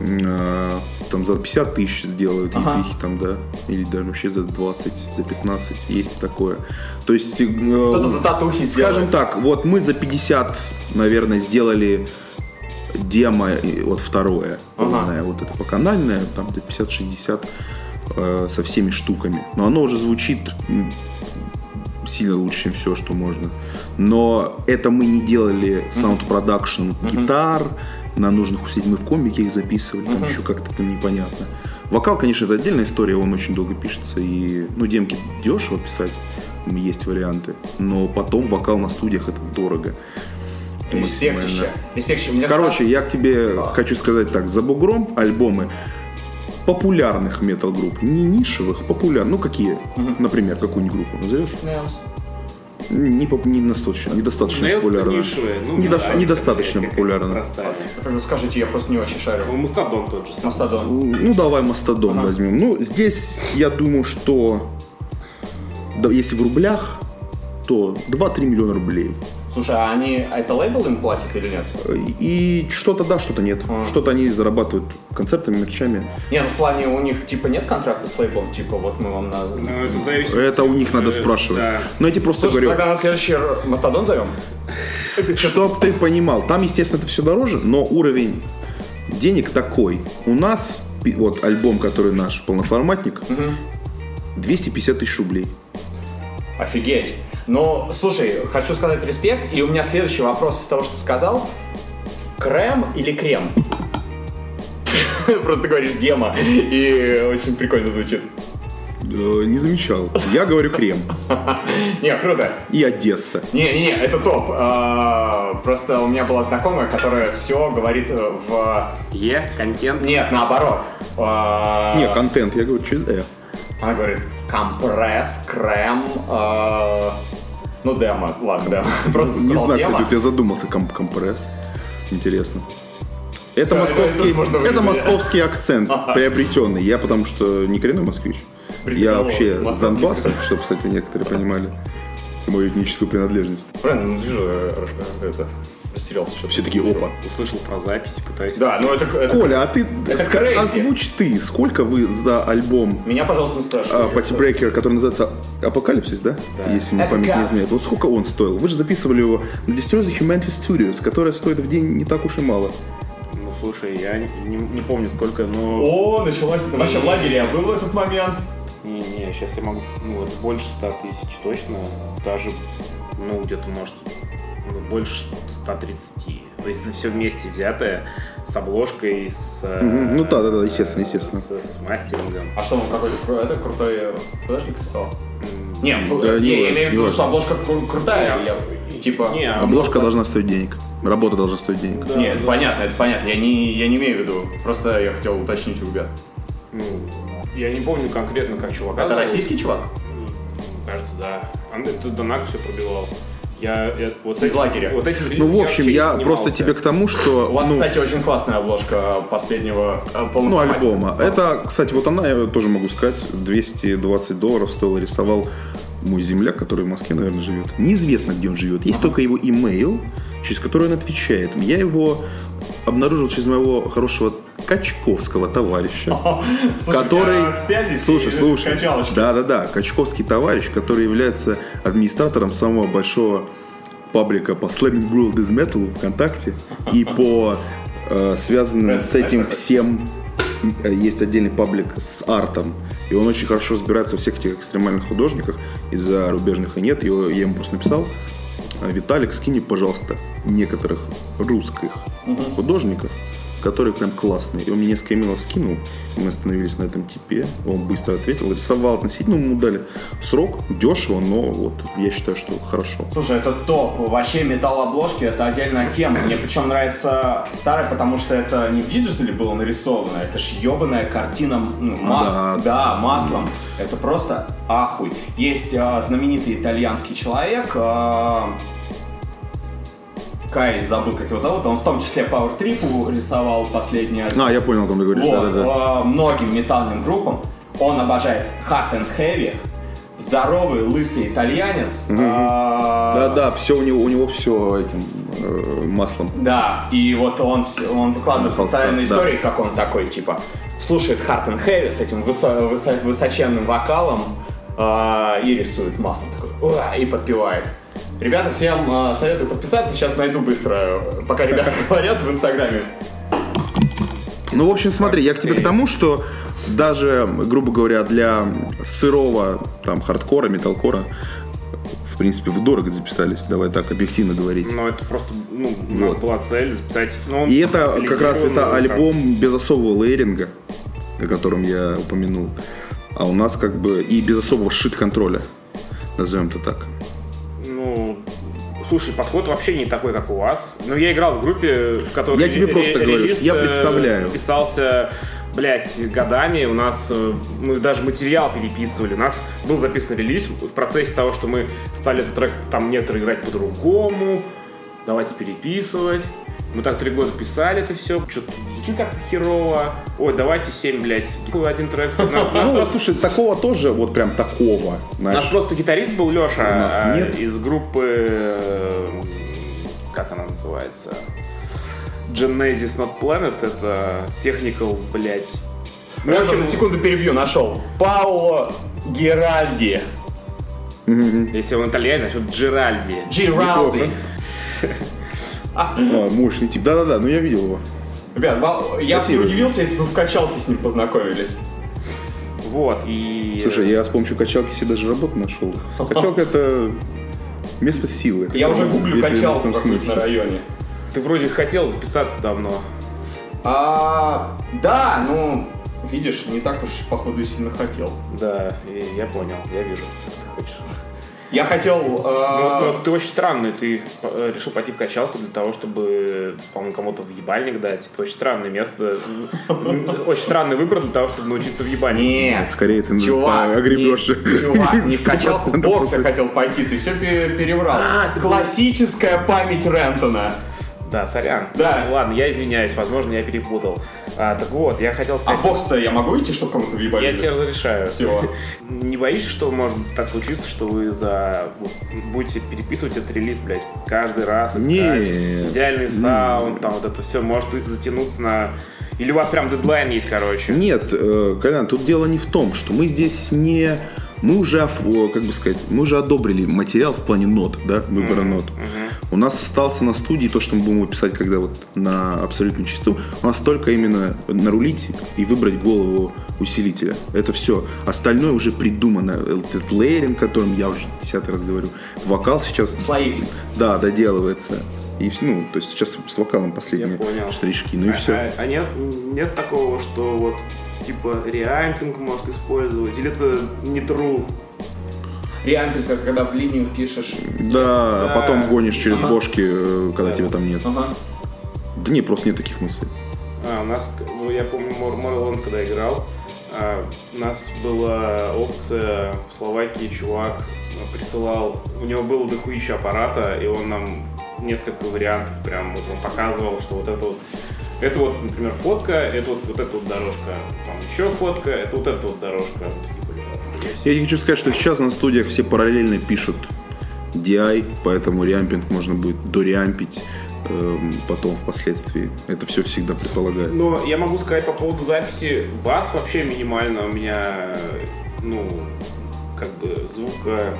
Speaker 3: М, а, Там за 50 тысяч сделают
Speaker 1: Ага.
Speaker 3: епихи там, да, или даже вообще за 20, за 15, есть и такое. То есть, э,
Speaker 1: Кто-то за татухи
Speaker 3: скажем
Speaker 1: сделает.
Speaker 3: так, вот мы за 50, наверное, сделали демо, и вот второе,
Speaker 1: Ага.
Speaker 3: полное, вот это по канальное, там до 50-60 э, со всеми штуками. Но оно уже звучит м, сильно лучше, чем все, что можно. Но это мы не делали саунд-продакшн гитар на нужных усилий. Мы в комбике их записывали, там еще как-то там непонятно. Вокал, конечно, это отдельная история, он очень долго пишется. И, ну, демки дешево писать, м, есть варианты. Но потом вокал на студиях это дорого.
Speaker 1: Респектище.
Speaker 3: Максимально.
Speaker 1: Респектище. Мне
Speaker 3: Короче, я к тебе хочу сказать так. За бугром альбомы популярных метал-групп, не нишевых, популярных. Ну, какие? Например, какую-нибудь группу назовешь?
Speaker 1: стало-
Speaker 3: Не, поп- недостаточно, недостаточно
Speaker 2: Nails
Speaker 3: популярно.
Speaker 2: нишевые, ну,
Speaker 3: Недос-
Speaker 2: да,
Speaker 3: недостаточно
Speaker 2: какая-то
Speaker 3: популярно.
Speaker 2: простая.
Speaker 1: Тогда скажите, я просто не очень шарю.
Speaker 2: Ну, Мастодон тот же. самый.
Speaker 1: Мастодон.
Speaker 3: Ну, давай Мастодон возьмем. Ну, здесь, я думаю, что да, если в рублях, то 2-3 миллиона рублей.
Speaker 1: Слушай, а они, а это лейбл им платит или нет?
Speaker 3: И что-то да, что-то нет.
Speaker 1: А.
Speaker 3: Что-то они зарабатывают концертами, мерчами.
Speaker 1: Не, ну в плане у них типа нет контракта с лейблом, типа вот мы вам на...
Speaker 2: Ну, это зависит.
Speaker 3: Это у них надо
Speaker 2: Э,
Speaker 3: спрашивать.
Speaker 2: да.
Speaker 3: Но я тебе просто
Speaker 1: Слушай,
Speaker 3: говорю,
Speaker 1: тогда на следующий р- Мастодон зовем?
Speaker 3: чтоб ты понимал, там, естественно, это все дороже, но уровень денег такой. У нас, пи- вот альбом, который наш полноформатник, 250 тысяч рублей.
Speaker 1: Офигеть. Но, слушай, хочу сказать респект, и у меня следующий вопрос из того, что ты сказал. Крем или крем? Просто говоришь дема, и очень прикольно звучит.
Speaker 3: Э, Не замечал. Я говорю крем.
Speaker 1: Не, круто.
Speaker 3: И Одесса.
Speaker 1: Не-не-не, это топ. А, Просто у меня была знакомая, которая все говорит э, в...
Speaker 2: Е, контент.
Speaker 1: Нет, наоборот. А,
Speaker 3: Не, контент, я говорю через Э.
Speaker 1: Она говорит, компресс, крем, э, ну, демо, ладно, демо. Просто
Speaker 3: Не
Speaker 1: сказал
Speaker 3: знаю,
Speaker 1: демо.
Speaker 3: кстати, вот я задумался, комп компресс. Интересно. Это
Speaker 1: Да,
Speaker 3: московский,
Speaker 1: это можно
Speaker 3: это
Speaker 1: вырезать.
Speaker 3: московский акцент приобретенный. Я потому что не коренной москвич. Я
Speaker 1: Прикол.
Speaker 3: вообще с
Speaker 1: Московский
Speaker 3: Донбасса, чтобы, кстати, некоторые понимали мою этническую принадлежность.
Speaker 1: Правильно, ну ты же э, э, это, растерялся что-то.
Speaker 3: Все такие, опа.
Speaker 2: Услышал про запись, пытаюсь...
Speaker 1: Да, ну это... это-
Speaker 3: Коля, а ты
Speaker 1: Это
Speaker 3: ска-
Speaker 1: crazy.
Speaker 3: озвучь ты, сколько вы за альбом
Speaker 1: Меня, пожалуйста, не спрашивай.
Speaker 3: а, Пати Брейкер, который называется Апокалипсис, да? Если мне память не
Speaker 1: Апокалипсис.
Speaker 3: изменяет. Вот сколько он стоил? Вы же записывали его на Destroy the Humanity Studios, которая стоит в день не так уж и мало.
Speaker 2: Ну, слушай, я не, не- не помню сколько, но...
Speaker 1: О, началось... это. Вообще в лагере я был в этот момент.
Speaker 2: Не-не, сейчас я могу... Ну, это больше 100 тысяч точно. Даже, ну, где-то, может, ну, больше 130. То есть все вместе взятое с обложкой, с... э,
Speaker 3: Мгм. Ну да, да, да, естественно,
Speaker 2: э,
Speaker 3: естественно.
Speaker 2: С, с мастерингом.
Speaker 1: А что, он какой-то кру- это крутой э, художник рисовал?
Speaker 2: М,
Speaker 1: Не, ну, я,
Speaker 3: Да, не важно,
Speaker 1: я имею в
Speaker 3: не
Speaker 1: виду,
Speaker 3: важно.
Speaker 1: что обложка кру- крутая. я- типа...
Speaker 2: Не, а
Speaker 3: Обложка должна стоить денег. Работа должна стоить денег.
Speaker 2: Да,
Speaker 1: Не, это
Speaker 2: да.
Speaker 1: понятно, это понятно. Я не, я не имею в виду. Просто я хотел уточнить у ребят.
Speaker 2: Ну, я не помню конкретно, как чувака.
Speaker 1: Это
Speaker 2: зовут.
Speaker 1: российский чувак?
Speaker 2: М, Кажется, да. А Это Донак все пробивал. Я, я- вот с
Speaker 1: Из
Speaker 2: этим-
Speaker 1: лагеря.
Speaker 2: Вот этим
Speaker 3: Ну, в общем,
Speaker 2: вообще не
Speaker 3: я
Speaker 2: занимался.
Speaker 3: просто тебе к тому, что...
Speaker 1: У вас,
Speaker 3: ну,
Speaker 1: кстати, очень классная обложка последнего э, полноформатного.
Speaker 3: Ну, альбома. Это, кстати, вот она, я тоже могу сказать, 220 долларов стоило, рисовал мой земляк, который в Москве, наверное, живет. Неизвестно, где он живет. Есть только его имейл, через который он отвечает. Я его обнаружил через моего хорошего Качковского товарища,
Speaker 1: Слушай, а, у
Speaker 3: который...
Speaker 1: тебя связи все
Speaker 3: слушай,
Speaker 1: эти
Speaker 3: слушай.
Speaker 1: качалочки.
Speaker 3: Да-да-да, Качковский товарищ, который является администратором самого большого паблика по Slamming World is Metal ВКонтакте и по э, связанным
Speaker 1: Red
Speaker 3: с этим
Speaker 1: Sniper.
Speaker 3: всем э, есть отдельный паблик с артом. И он очень хорошо разбирается во всех этих экстремальных художниках, и зарубежных и нет. И я ему просто написал, «А, Виталик, скинь мне, пожалуйста, некоторых русских художников, которые прям классные. И он мне несколько имейлов скинул, и мы остановились на этом типе, он быстро ответил, рисовал относительно, ему дали срок, дешево, но вот я считаю, что хорошо.
Speaker 1: Слушай, это топ. Вообще металлообложки это отдельная тема. Мне причем нравится старая, потому что это не в диджитале было нарисовано, это ж ебаная картина ну, ма-
Speaker 3: Да.
Speaker 1: да, маслом. Это просто ахуй. Есть а, знаменитый итальянский человек, а, Кай, забыл, как его зовут, он в том числе Power Trip рисовал последний альбом.
Speaker 3: А, я понял, о ком ты говоришь.
Speaker 1: Вот,
Speaker 3: Да-да-да.
Speaker 1: э, многим метальным группам. Он обожает Hard and Heavy, здоровый, лысый итальянец. а,
Speaker 3: Да-да, все у него, у него все этим э, маслом.
Speaker 1: да, и вот он, вс- он выкладывает
Speaker 3: На холсте,
Speaker 1: постоянно
Speaker 3: да.
Speaker 1: истории, как он такой, типа, слушает Hard and Heavy с этим высо- высо- высоченным вокалом а, и рисует маслом такой, «Уа», и подпевает. Ребята, всем а, советую подписаться, сейчас найду быстро, э, пока ребята говорят в Инстаграме.
Speaker 3: Ну, в общем, смотри, я к тебе к тому, что даже, грубо говоря, для сырого там хардкора, металкора, в принципе, вдорого записались, давай так объективно говорить.
Speaker 2: Но это просто, ну, надо
Speaker 3: Вот.
Speaker 2: была цель записать. Ну, он
Speaker 3: И это как раз
Speaker 2: легко, ну,
Speaker 3: это
Speaker 2: как-
Speaker 3: альбом без особого лейринга, о котором я упомянул. А у нас как бы и без особого шит-контроля, назовем это так.
Speaker 2: Ну, слушай, подход вообще не такой, как у вас. Ну, я играл в группе, в которой...
Speaker 3: Я тебе
Speaker 2: ре-
Speaker 3: просто
Speaker 2: ре-
Speaker 3: говорю,
Speaker 2: релиз,
Speaker 3: я
Speaker 2: э,
Speaker 3: представляю.
Speaker 2: Писался, блядь, годами. У нас... э, Мы даже материал переписывали. У нас был записан релиз в процессе того, что мы стали этот трек там некоторые играть по-другому. Давайте переписывать. Мы так три года писали это все, что-то звучит как-то херово. Ой, давайте семь, блядь, один трек. Нас- нас
Speaker 3: Ну,
Speaker 2: просто
Speaker 3: слушай, такого тоже, вот прям такого,
Speaker 2: у нас
Speaker 3: знаешь.
Speaker 2: просто гитарист был Леша
Speaker 3: У нас
Speaker 2: а,
Speaker 3: нет.
Speaker 2: из группы, э, как она называется, Genesis Not Planet, это Technical, блядь. Ну,
Speaker 1: В общем, секунду перебью, нашел. Пауло Геральди.
Speaker 2: если он итальянец, значит Джеральди.
Speaker 1: Джеральди.
Speaker 3: А, мощный тип. Да-да-да, ну я видел его.
Speaker 1: Ребят, ва- я бы
Speaker 3: Датируем.
Speaker 1: удивился, если бы в качалке с ним познакомились.
Speaker 2: Вот, и...
Speaker 3: Слушай, я с помощью качалки себе даже работу нашел. Качалка это место силы.
Speaker 1: Я уже гуглю
Speaker 3: В
Speaker 1: качалку
Speaker 3: переносном
Speaker 1: какую-то на
Speaker 3: смысле.
Speaker 1: районе.
Speaker 2: Ты вроде хотел записаться давно.
Speaker 1: А, да, ну, видишь, не так уж, походу, и сильно хотел.
Speaker 2: Да, и я понял, я вижу, что ты хочешь.
Speaker 1: Я хотел... а,
Speaker 2: Ну, ну, ты очень странный, ты э, решил пойти в качалку для того, чтобы, по-моему, кому-то в ебальник дать. Это очень странное место, м, очень странный выбор для того чтобы научиться в ебальник.
Speaker 1: Нет,
Speaker 3: Скорее ты
Speaker 1: чувак,
Speaker 3: а, огребешь.
Speaker 1: не- чувак, не в качалку
Speaker 3: 100%
Speaker 1: бокса
Speaker 3: после.
Speaker 1: А, хотел пойти, ты все переврал. Классическая память Рентона.
Speaker 2: Да, сорян.
Speaker 1: Да.
Speaker 2: Ладно, я извиняюсь, возможно, я перепутал. А, так вот, я хотел
Speaker 1: А
Speaker 2: сказать...
Speaker 1: в бокс-то я могу идти, чтобы кому-то въебали?
Speaker 2: Я тебе разрешаю.
Speaker 1: Все.
Speaker 2: Не боишься, что может так случиться, что вы за вот будете переписывать этот релиз, блядь, каждый раз искать
Speaker 3: Нет.
Speaker 2: идеальный
Speaker 3: Нет.
Speaker 2: саунд, там вот это все может и затянуться на... Или у вас прям дедлайн есть, короче.
Speaker 3: Нет, э, Колян, тут дело не в том, что мы здесь не... Мы уже, оф- о, как бы сказать, мы уже одобрили материал в плане нот, да, выбора нот. У нас остался на студии то, что мы будем писать, когда вот на абсолютно чистую. У нас только именно нарулить и выбрать голову усилителя. Это все. Остальное уже придумано. Э, Этот лейеринг, о котором я уже десятый раз говорю. Вокал сейчас...
Speaker 1: Слои.
Speaker 3: Да, доделывается. И, вс- ну, то есть сейчас с вокалом последние
Speaker 2: понял.
Speaker 3: штришки. Ну и
Speaker 2: А-
Speaker 3: все.
Speaker 2: А, а нет, нет такого, что вот типа реампинг может использовать, или это не true?
Speaker 1: Реампинг, это когда в линию пишешь.
Speaker 3: Да,
Speaker 2: Да.
Speaker 3: а потом гонишь через
Speaker 1: Ага.
Speaker 3: бошки, э, когда
Speaker 2: Да.
Speaker 3: тебя там нет.
Speaker 1: Ага.
Speaker 3: Да не, просто нет таких мыслей.
Speaker 2: А, у нас, к- ну, я помню, Мор- Морланд, когда играл, а, у нас была опция в Словакии, чувак а, присылал, у него было дохуища аппарата, и он нам несколько вариантов прям вот он показывал, что вот это вот это вот, например, фотка, это вот, вот эта вот дорожка, там еще фотка, это вот эта вот дорожка. Мы такие, «Бля,
Speaker 3: Я не хочу сказать, что сейчас на студиях все параллельно пишут DI, поэтому реампинг можно будет дореампить эм, потом впоследствии. Это все всегда предполагается.
Speaker 2: Но я могу сказать по поводу записи бас вообще минимально у меня, э, ну, как бы звука...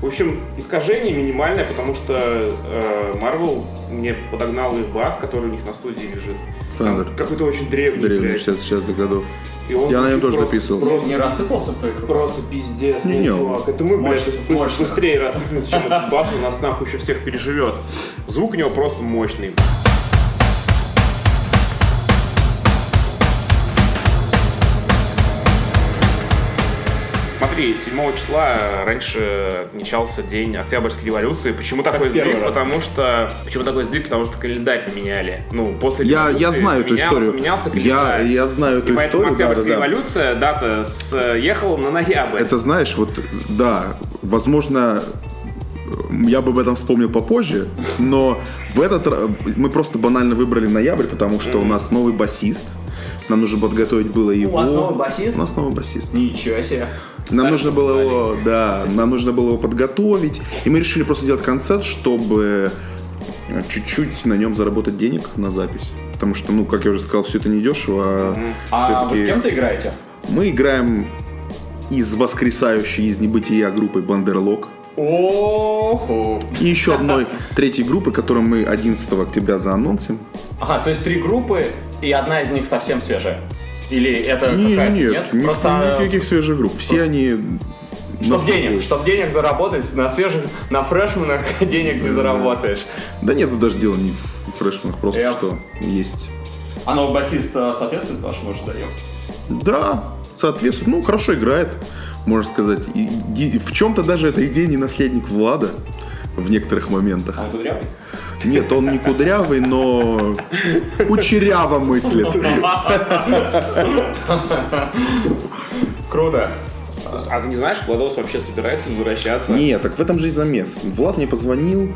Speaker 2: В общем, искажение минимальное, потому что э, Marvel мне подогнал их бас, который у них на студии лежит. Там
Speaker 3: Фендер.
Speaker 2: Какой-то очень древний,
Speaker 3: Древний
Speaker 2: блядь.
Speaker 3: 60 годов.
Speaker 2: И он
Speaker 3: Я на нем
Speaker 2: звучит
Speaker 3: тоже
Speaker 2: просто-
Speaker 3: записывался.
Speaker 2: Просто,
Speaker 1: Не рассыпался в твоих руках?
Speaker 2: просто пиздец,
Speaker 3: Не,
Speaker 2: блядь,
Speaker 3: не,
Speaker 2: чувак. Это мы, блядь,
Speaker 1: мощно,
Speaker 2: быстро-
Speaker 1: мощно.
Speaker 2: быстрее рассыпемся, чем этот баф у нас нахуй еще всех переживет. Звук у него просто мощный. Смотри, 7 числа раньше отмечался день Октябрьской революции. Почему такой
Speaker 1: в первый
Speaker 2: сдвиг?
Speaker 1: раз.
Speaker 2: Потому что... Почему такой сдвиг? Потому что календарь поменяли. Ну, после
Speaker 3: Я, я
Speaker 2: революции
Speaker 3: знаю эту
Speaker 2: поменял-
Speaker 3: историю.
Speaker 2: Поменялся
Speaker 3: я,
Speaker 2: календарь.
Speaker 3: я знаю
Speaker 2: И
Speaker 3: эту
Speaker 2: поэтому
Speaker 3: историю. да, да,
Speaker 2: Октябрьская
Speaker 3: да.
Speaker 2: революция, дата, съехала на ноябрь.
Speaker 3: Это знаешь, вот, да, возможно, м, я бы об этом вспомнил попозже, но в этот ра- мы просто банально выбрали ноябрь, потому что у нас новый басист. Нам нужно подготовить было его.
Speaker 1: вас новый басист? Ну,
Speaker 3: У нас новый басист.
Speaker 1: Ничего себе.
Speaker 3: Нам нужно было его, да, нам нужно было его подготовить, и мы решили просто сделать концерт, чтобы э, чуть-чуть на нем заработать денег на запись, потому что, ну, как я уже сказал, все это не дешево.
Speaker 1: А вы
Speaker 3: всё-таки-
Speaker 1: с кем-то играете?
Speaker 3: мы играем из воскресающей из небытия группой Бандерлок.
Speaker 1: Оху.
Speaker 3: И еще одной третьей группы, которую мы 11 октября заанонсим.
Speaker 1: Ага, то есть три группы, и одна из них совсем свежая. Или это
Speaker 3: Не,
Speaker 1: какая-то...
Speaker 3: не, нет, ни-
Speaker 1: А просто...
Speaker 3: никаких свежих групп. Все они...
Speaker 1: Чтоб
Speaker 3: настолько-
Speaker 1: денег, чтоб денег заработать, на свежих, на фрешменах денег не заработаешь.
Speaker 3: Да нет, тут даже дело не в фрешманах, просто
Speaker 1: Я-
Speaker 3: что есть.
Speaker 1: А новый басист э, соответствует вашему ожиданию?
Speaker 3: Да, соответственно, ну, хорошо играет, можно сказать. И- и в чем-то даже это идея не наследник Влада в некоторых моментах.
Speaker 2: А
Speaker 1: Он кудрявый?
Speaker 3: Нет, он не кудрявый, но кучеряво мыслит.
Speaker 1: Круто.
Speaker 2: А ты не знаешь, Кладос вообще собирается возвращаться?
Speaker 3: Не, так в этом же и замес. Влад мне позвонил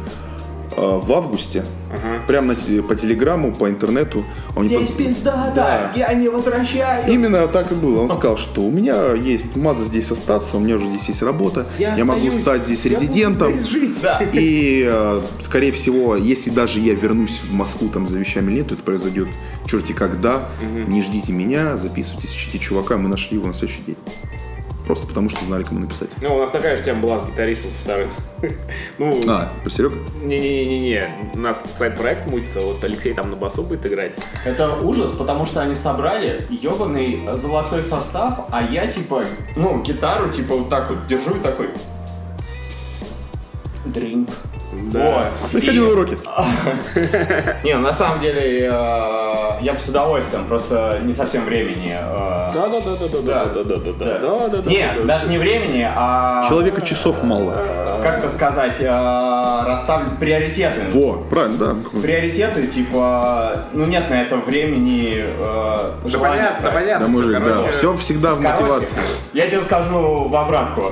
Speaker 3: э, в августе,
Speaker 2: Ага.
Speaker 3: прямо на те- по телеграмму, по интернету. А Он мне поз-
Speaker 1: пизда,
Speaker 3: Да.
Speaker 1: я не возвращаюсь.
Speaker 3: Именно так и было. Он сказал, что у меня есть маза здесь остаться, у меня уже здесь есть работа, я, могу
Speaker 2: остаюсь.
Speaker 3: стать здесь
Speaker 2: Я буду
Speaker 3: резидентом.
Speaker 2: здесь жить.
Speaker 1: Да.
Speaker 3: И, э, скорее всего, если даже я вернусь в Москву там за вещами лету, это произойдет черти когда. Не ждите меня, записывайтесь, ищите чувака. Мы нашли его на следующий день. Просто потому, что знали, кому написать.
Speaker 2: Ну, у нас такая же тема была с гитаристом со вторым. Ну,
Speaker 3: А, про Серега?
Speaker 2: не-не-не-не. У нас сайт-проект мутится, вот Алексей там на басу будет играть.
Speaker 1: Это ужас, потому что они собрали ебаный золотой состав, а я типа, ну, гитару типа вот так вот держу и такой... Дринк.
Speaker 2: Да.
Speaker 1: Вот. И-
Speaker 3: Приходил уроки.
Speaker 1: Не, на самом деле, э, я бы с удовольствием, просто не совсем времени. э,
Speaker 2: Да-да-да-да-да-да-да-да-да-да-да.
Speaker 1: Не, даже не времени, а...
Speaker 3: Человека часов мало.
Speaker 1: Как это сказать? э, Расставлю приоритеты.
Speaker 3: Во, правильно, да. ну,
Speaker 1: Приоритеты, типа, ну нет на это времени, э,
Speaker 2: Да
Speaker 1: желания
Speaker 2: понятно, да
Speaker 1: тратить.
Speaker 2: понятно.
Speaker 3: Да,
Speaker 2: всё,
Speaker 3: мужик, да.
Speaker 2: короче.
Speaker 3: Все всегда в
Speaker 1: Короче,
Speaker 3: мотивации.
Speaker 1: Я тебе скажу в обратку.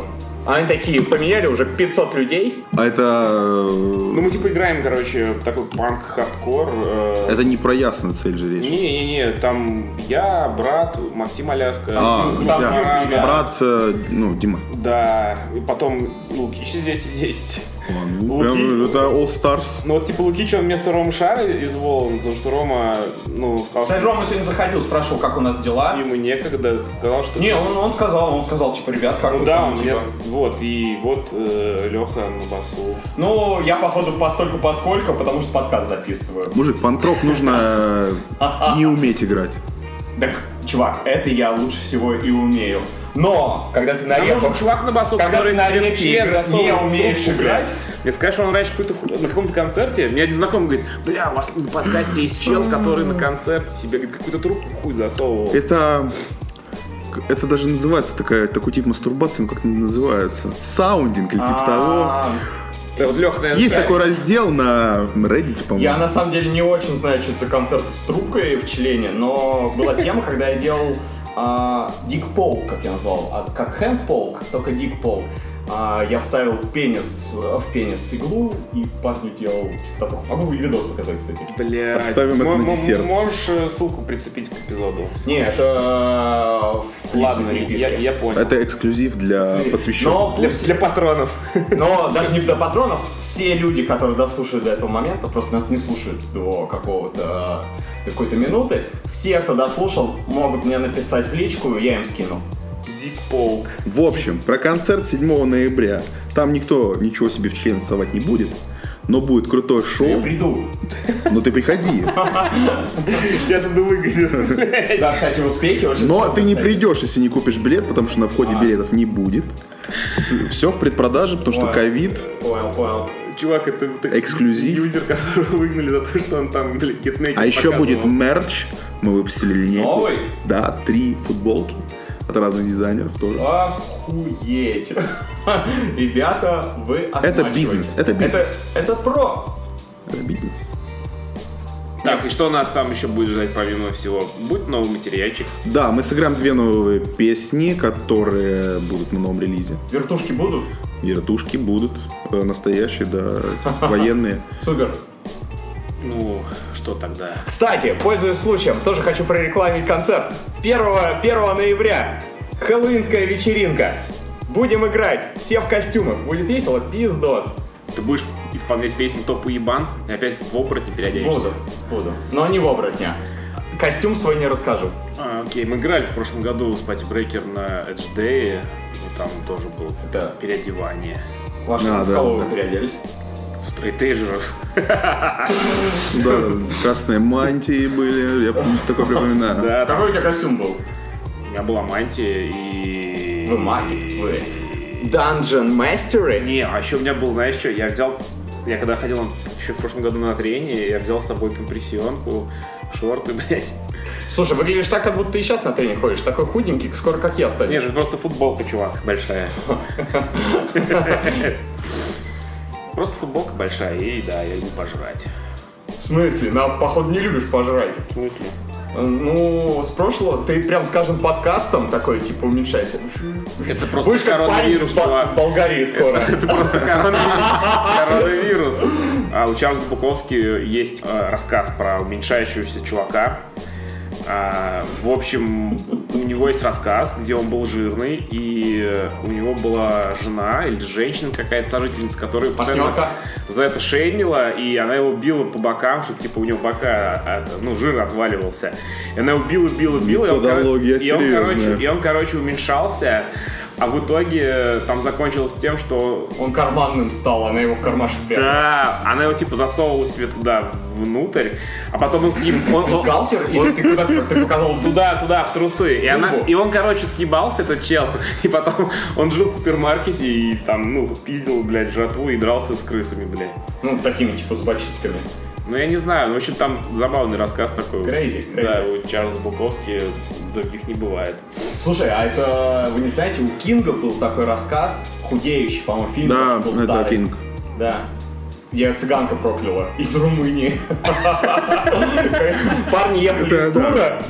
Speaker 1: А они такие, поменяли уже 500 людей.
Speaker 3: А это...
Speaker 2: Ну,
Speaker 3: э,
Speaker 2: мы типа играем, короче, в такой панк-хардкор. э,
Speaker 3: Это не про ясную цель же речь.
Speaker 2: Не-не-не, там я, брат, Максим Аляска,
Speaker 3: А,
Speaker 2: ну,
Speaker 3: да.
Speaker 2: там Марага,
Speaker 3: брат, э, ну, Дима.
Speaker 2: да, и потом Лукич 210.
Speaker 3: Ладно, ну,
Speaker 2: Луки.
Speaker 3: прям это All Stars.
Speaker 2: Ну вот типа Лукич, он вместо Ромы Шара из Волн, потому что Рома, ну, сказал,
Speaker 1: Кстати,
Speaker 2: что
Speaker 1: Рома сегодня заходил, спрашивал, как у нас дела.
Speaker 2: ему некогда, сказал, что...
Speaker 1: Не, он, он сказал, он сказал, типа, ребят, как
Speaker 2: ну
Speaker 1: вы
Speaker 2: да,
Speaker 1: там,
Speaker 2: он
Speaker 1: типа?»
Speaker 2: мне- Вот, и вот Леха на басу.
Speaker 1: Ну, я, походу, постольку поскольку, потому что подкаст записываю.
Speaker 3: Мужик, панкрок нужно э, не уметь играть.
Speaker 1: Так, чувак, это я лучше всего и умею. Но, когда ты на
Speaker 2: Нам нужен
Speaker 1: репах... типа,
Speaker 2: чувак на басу,
Speaker 1: А Когда
Speaker 2: который
Speaker 1: ты на
Speaker 2: себе в
Speaker 1: репе
Speaker 2: член
Speaker 1: игра-
Speaker 2: засовывает
Speaker 1: не умеешь
Speaker 2: трубку,
Speaker 1: играть.
Speaker 2: блядь. Мне скажешь, он раньше какой-то ху- на каком-то концерте, мне один знакомый говорит, бля, у вас на подкасте есть чел, который на концерте себе говорит, какую-то трубку в хуй засовывал.
Speaker 1: Э,
Speaker 3: Это... Это даже называется такая, такой тип мастурбации, ну как это называется? Саундинг или типа того.
Speaker 1: А,
Speaker 2: Да, вот Леха, наверное,
Speaker 3: Есть
Speaker 2: знает.
Speaker 3: такой раздел на Reddit,
Speaker 1: Я
Speaker 3: по-моему.
Speaker 1: на самом деле не очень знаю, что это за концерт с трубкой в члене, но была тема, когда я делал Дик Полк, как я назвал, а как Хэнд Полк, только Дик Полк. я вставил пенис э, в пенис иглу и парню делал типа того. Могу видос показать, кстати.
Speaker 2: Блядь.
Speaker 3: Оставим это
Speaker 2: Мо-
Speaker 3: на
Speaker 2: мо-
Speaker 3: десерт.
Speaker 2: Можешь э, ссылку прицепить к эпизоду?
Speaker 1: Не, это э, в
Speaker 2: Ладно,
Speaker 1: личной
Speaker 2: я,
Speaker 1: переписке.
Speaker 2: я понял.
Speaker 3: Это эксклюзив для
Speaker 1: Смотри,
Speaker 3: посвященных.
Speaker 1: но
Speaker 2: Для,
Speaker 1: пусть-
Speaker 2: для патронов.
Speaker 1: Но даже не до патронов, все люди, которые дослушают до этого момента, просто нас не слушают до какого-то до какой-то минуты, все, кто дослушал, могут мне написать в личку, я им скину.
Speaker 2: Дик Полк.
Speaker 3: В общем, про концерт 7 ноября. Там никто ничего себе в член совать не будет, но будет крутое
Speaker 1: Я
Speaker 3: шоу.
Speaker 1: приду.
Speaker 3: Но ты приходи.
Speaker 2: Тебя тут выгодит.
Speaker 1: Да, кстати, успехи очень
Speaker 3: Но
Speaker 1: сложно,
Speaker 3: ты не
Speaker 1: кстати.
Speaker 3: придешь, если не купишь билет, потому что на входе билетов не будет. Все в предпродаже, потому что
Speaker 1: Ой.
Speaker 3: ковид.
Speaker 1: Понял, понял.
Speaker 2: Чувак, это вот такой
Speaker 3: Эксклюзив.
Speaker 2: Юзер, которого выгнали за то, что он там, блядь, китнеки
Speaker 3: А еще
Speaker 2: показывал.
Speaker 3: будет мерч. Мы выпустили линейку.
Speaker 1: Новый?
Speaker 3: Да, три футболки от разных дизайнеров тоже.
Speaker 1: Охуеть. Ребята, вы отмачиваете.
Speaker 3: бизнес, это бизнес.
Speaker 1: Это, это про.
Speaker 3: Это бизнес.
Speaker 2: Так, и что нас там еще будет ждать помимо всего? Будет новый материальчик.
Speaker 3: Да, мы сыграем две новые песни, которые будут на новом релизе.
Speaker 1: Вертушки будут?
Speaker 3: И ратушки будут э, настоящие, да, военные.
Speaker 1: Супер.
Speaker 2: Ну, что тогда?
Speaker 1: Кстати, пользуясь случаем, тоже хочу прорекламить концерт. 1, 1 ноября. Хэллоуинская вечеринка. Будем играть. Все в костюмах. Будет весело. Пиздос.
Speaker 2: Ты будешь исполнять песню «Топу ебан» и опять в оборотне переоденешься.
Speaker 1: Буду. Буду. Но не в оборотня. Костюм свой не расскажу.
Speaker 2: А, окей, мы играли в прошлом году с Пати Брейкер на Edge Day. Ну, там тоже было
Speaker 1: Да.
Speaker 2: переодевание
Speaker 1: Ваши
Speaker 3: А,
Speaker 1: в
Speaker 3: да,
Speaker 1: кого
Speaker 3: да.
Speaker 1: вы переоделись?
Speaker 2: в стрейтейджеров.
Speaker 3: Да, красные мантии были, я такое припоминаю.
Speaker 2: Да, там
Speaker 1: А Какой у тебя костюм был?
Speaker 2: у меня была мантия и...
Speaker 1: Вы маги? Вы. Dungeon Mastery?
Speaker 2: Не, а еще у меня был, знаешь что, я взял, я когда ходил еще в прошлом году на трение, я взял с собой компрессионку, шорты, блядь.
Speaker 1: Слушай, выглядишь так, как будто ты и сейчас на тренинг ходишь. Такой худенький, скоро как я стану.
Speaker 2: Не, же просто футболка, чувак, большая. Просто футболка большая, и да, я люблю пожрать.
Speaker 1: В смысле? На, походу, не любишь пожрать.
Speaker 2: В смысле?
Speaker 1: Ну, с прошлого ты прям с каждым подкастом такой, типа, уменьшайся.
Speaker 2: Это просто
Speaker 1: Будешь как парень из,
Speaker 2: коронавирус,
Speaker 1: Бол-
Speaker 2: чувак.
Speaker 1: из Болгарии скоро.
Speaker 2: Это просто коронавирус. коронавирус. А у Чарльза Буковски есть э, рассказ про уменьшающегося чувака. А, в общем, у него есть рассказ, где он был жирный, и э, у него была жена или женщина какая-то сожительница, которая постоянно
Speaker 1: Партнерка.
Speaker 2: за это шеймила, и она его била по бокам, чтобы типа у него бока, а, ну, жир отваливался. И она его била, била, била, и он, коро-
Speaker 3: Методология
Speaker 2: и он,
Speaker 3: серьезная.
Speaker 2: короче, и он, короче, уменьшался, а в итоге э, там закончилось тем, что
Speaker 1: Он карманным стал, она его в кармашек прятала.
Speaker 2: да, она его типа засовывала себе туда внутрь, а потом он съеб... он- он-
Speaker 1: Бюстгальтер? Или ты куда ты показал в
Speaker 2: туда, туда, в трусы. И, она,
Speaker 1: Во.
Speaker 2: и он, короче, съебался, этот чел. И потом он жил в супермаркете и там, ну, пиздил, блядь, жратву и дрался с крысами, блядь.
Speaker 1: Ну, такими, типа, зубочистками.
Speaker 2: Ну, я не знаю, ну, в общем, там забавный рассказ такой.
Speaker 1: Crazy, crazy.
Speaker 2: Да, у Чарльза Буковски других не бывает.
Speaker 1: Слушай, а это, вы не знаете, у Кинга был такой рассказ, худеющий, по-моему, фильм
Speaker 3: Да,
Speaker 1: был
Speaker 3: это
Speaker 1: старый.
Speaker 3: Кинг.
Speaker 1: Да. где цыганка прокляла из Румынии. Парни ехали
Speaker 3: Это
Speaker 1: из тура,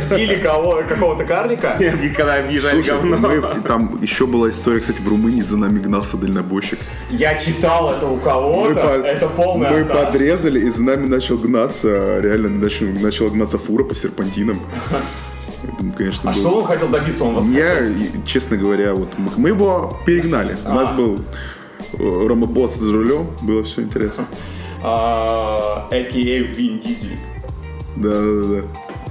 Speaker 1: сбили кого- какого-то карлика.
Speaker 2: Никогда обижали
Speaker 3: Слушай,
Speaker 2: говно.
Speaker 3: мы- там еще была история, кстати, в Румынии за нами гнался дальнобойщик.
Speaker 1: Я читал это у
Speaker 3: Мы
Speaker 1: кого-то,
Speaker 3: по-
Speaker 1: это полный
Speaker 3: Мы
Speaker 1: антаз.
Speaker 3: подрезали, и за нами начал гнаться, реально начал, начала гнаться фура по серпантинам. Это, конечно,
Speaker 1: А
Speaker 3: было-
Speaker 1: что он хотел добиться? Он вас
Speaker 3: Я,
Speaker 1: хотел-
Speaker 3: и- честно говоря, вот мы, мы его перегнали. У
Speaker 1: А.
Speaker 3: нас был э, Рома Босс за рулем, было все интересно.
Speaker 1: А, AKA Вин Дизель.
Speaker 3: Да, да, да.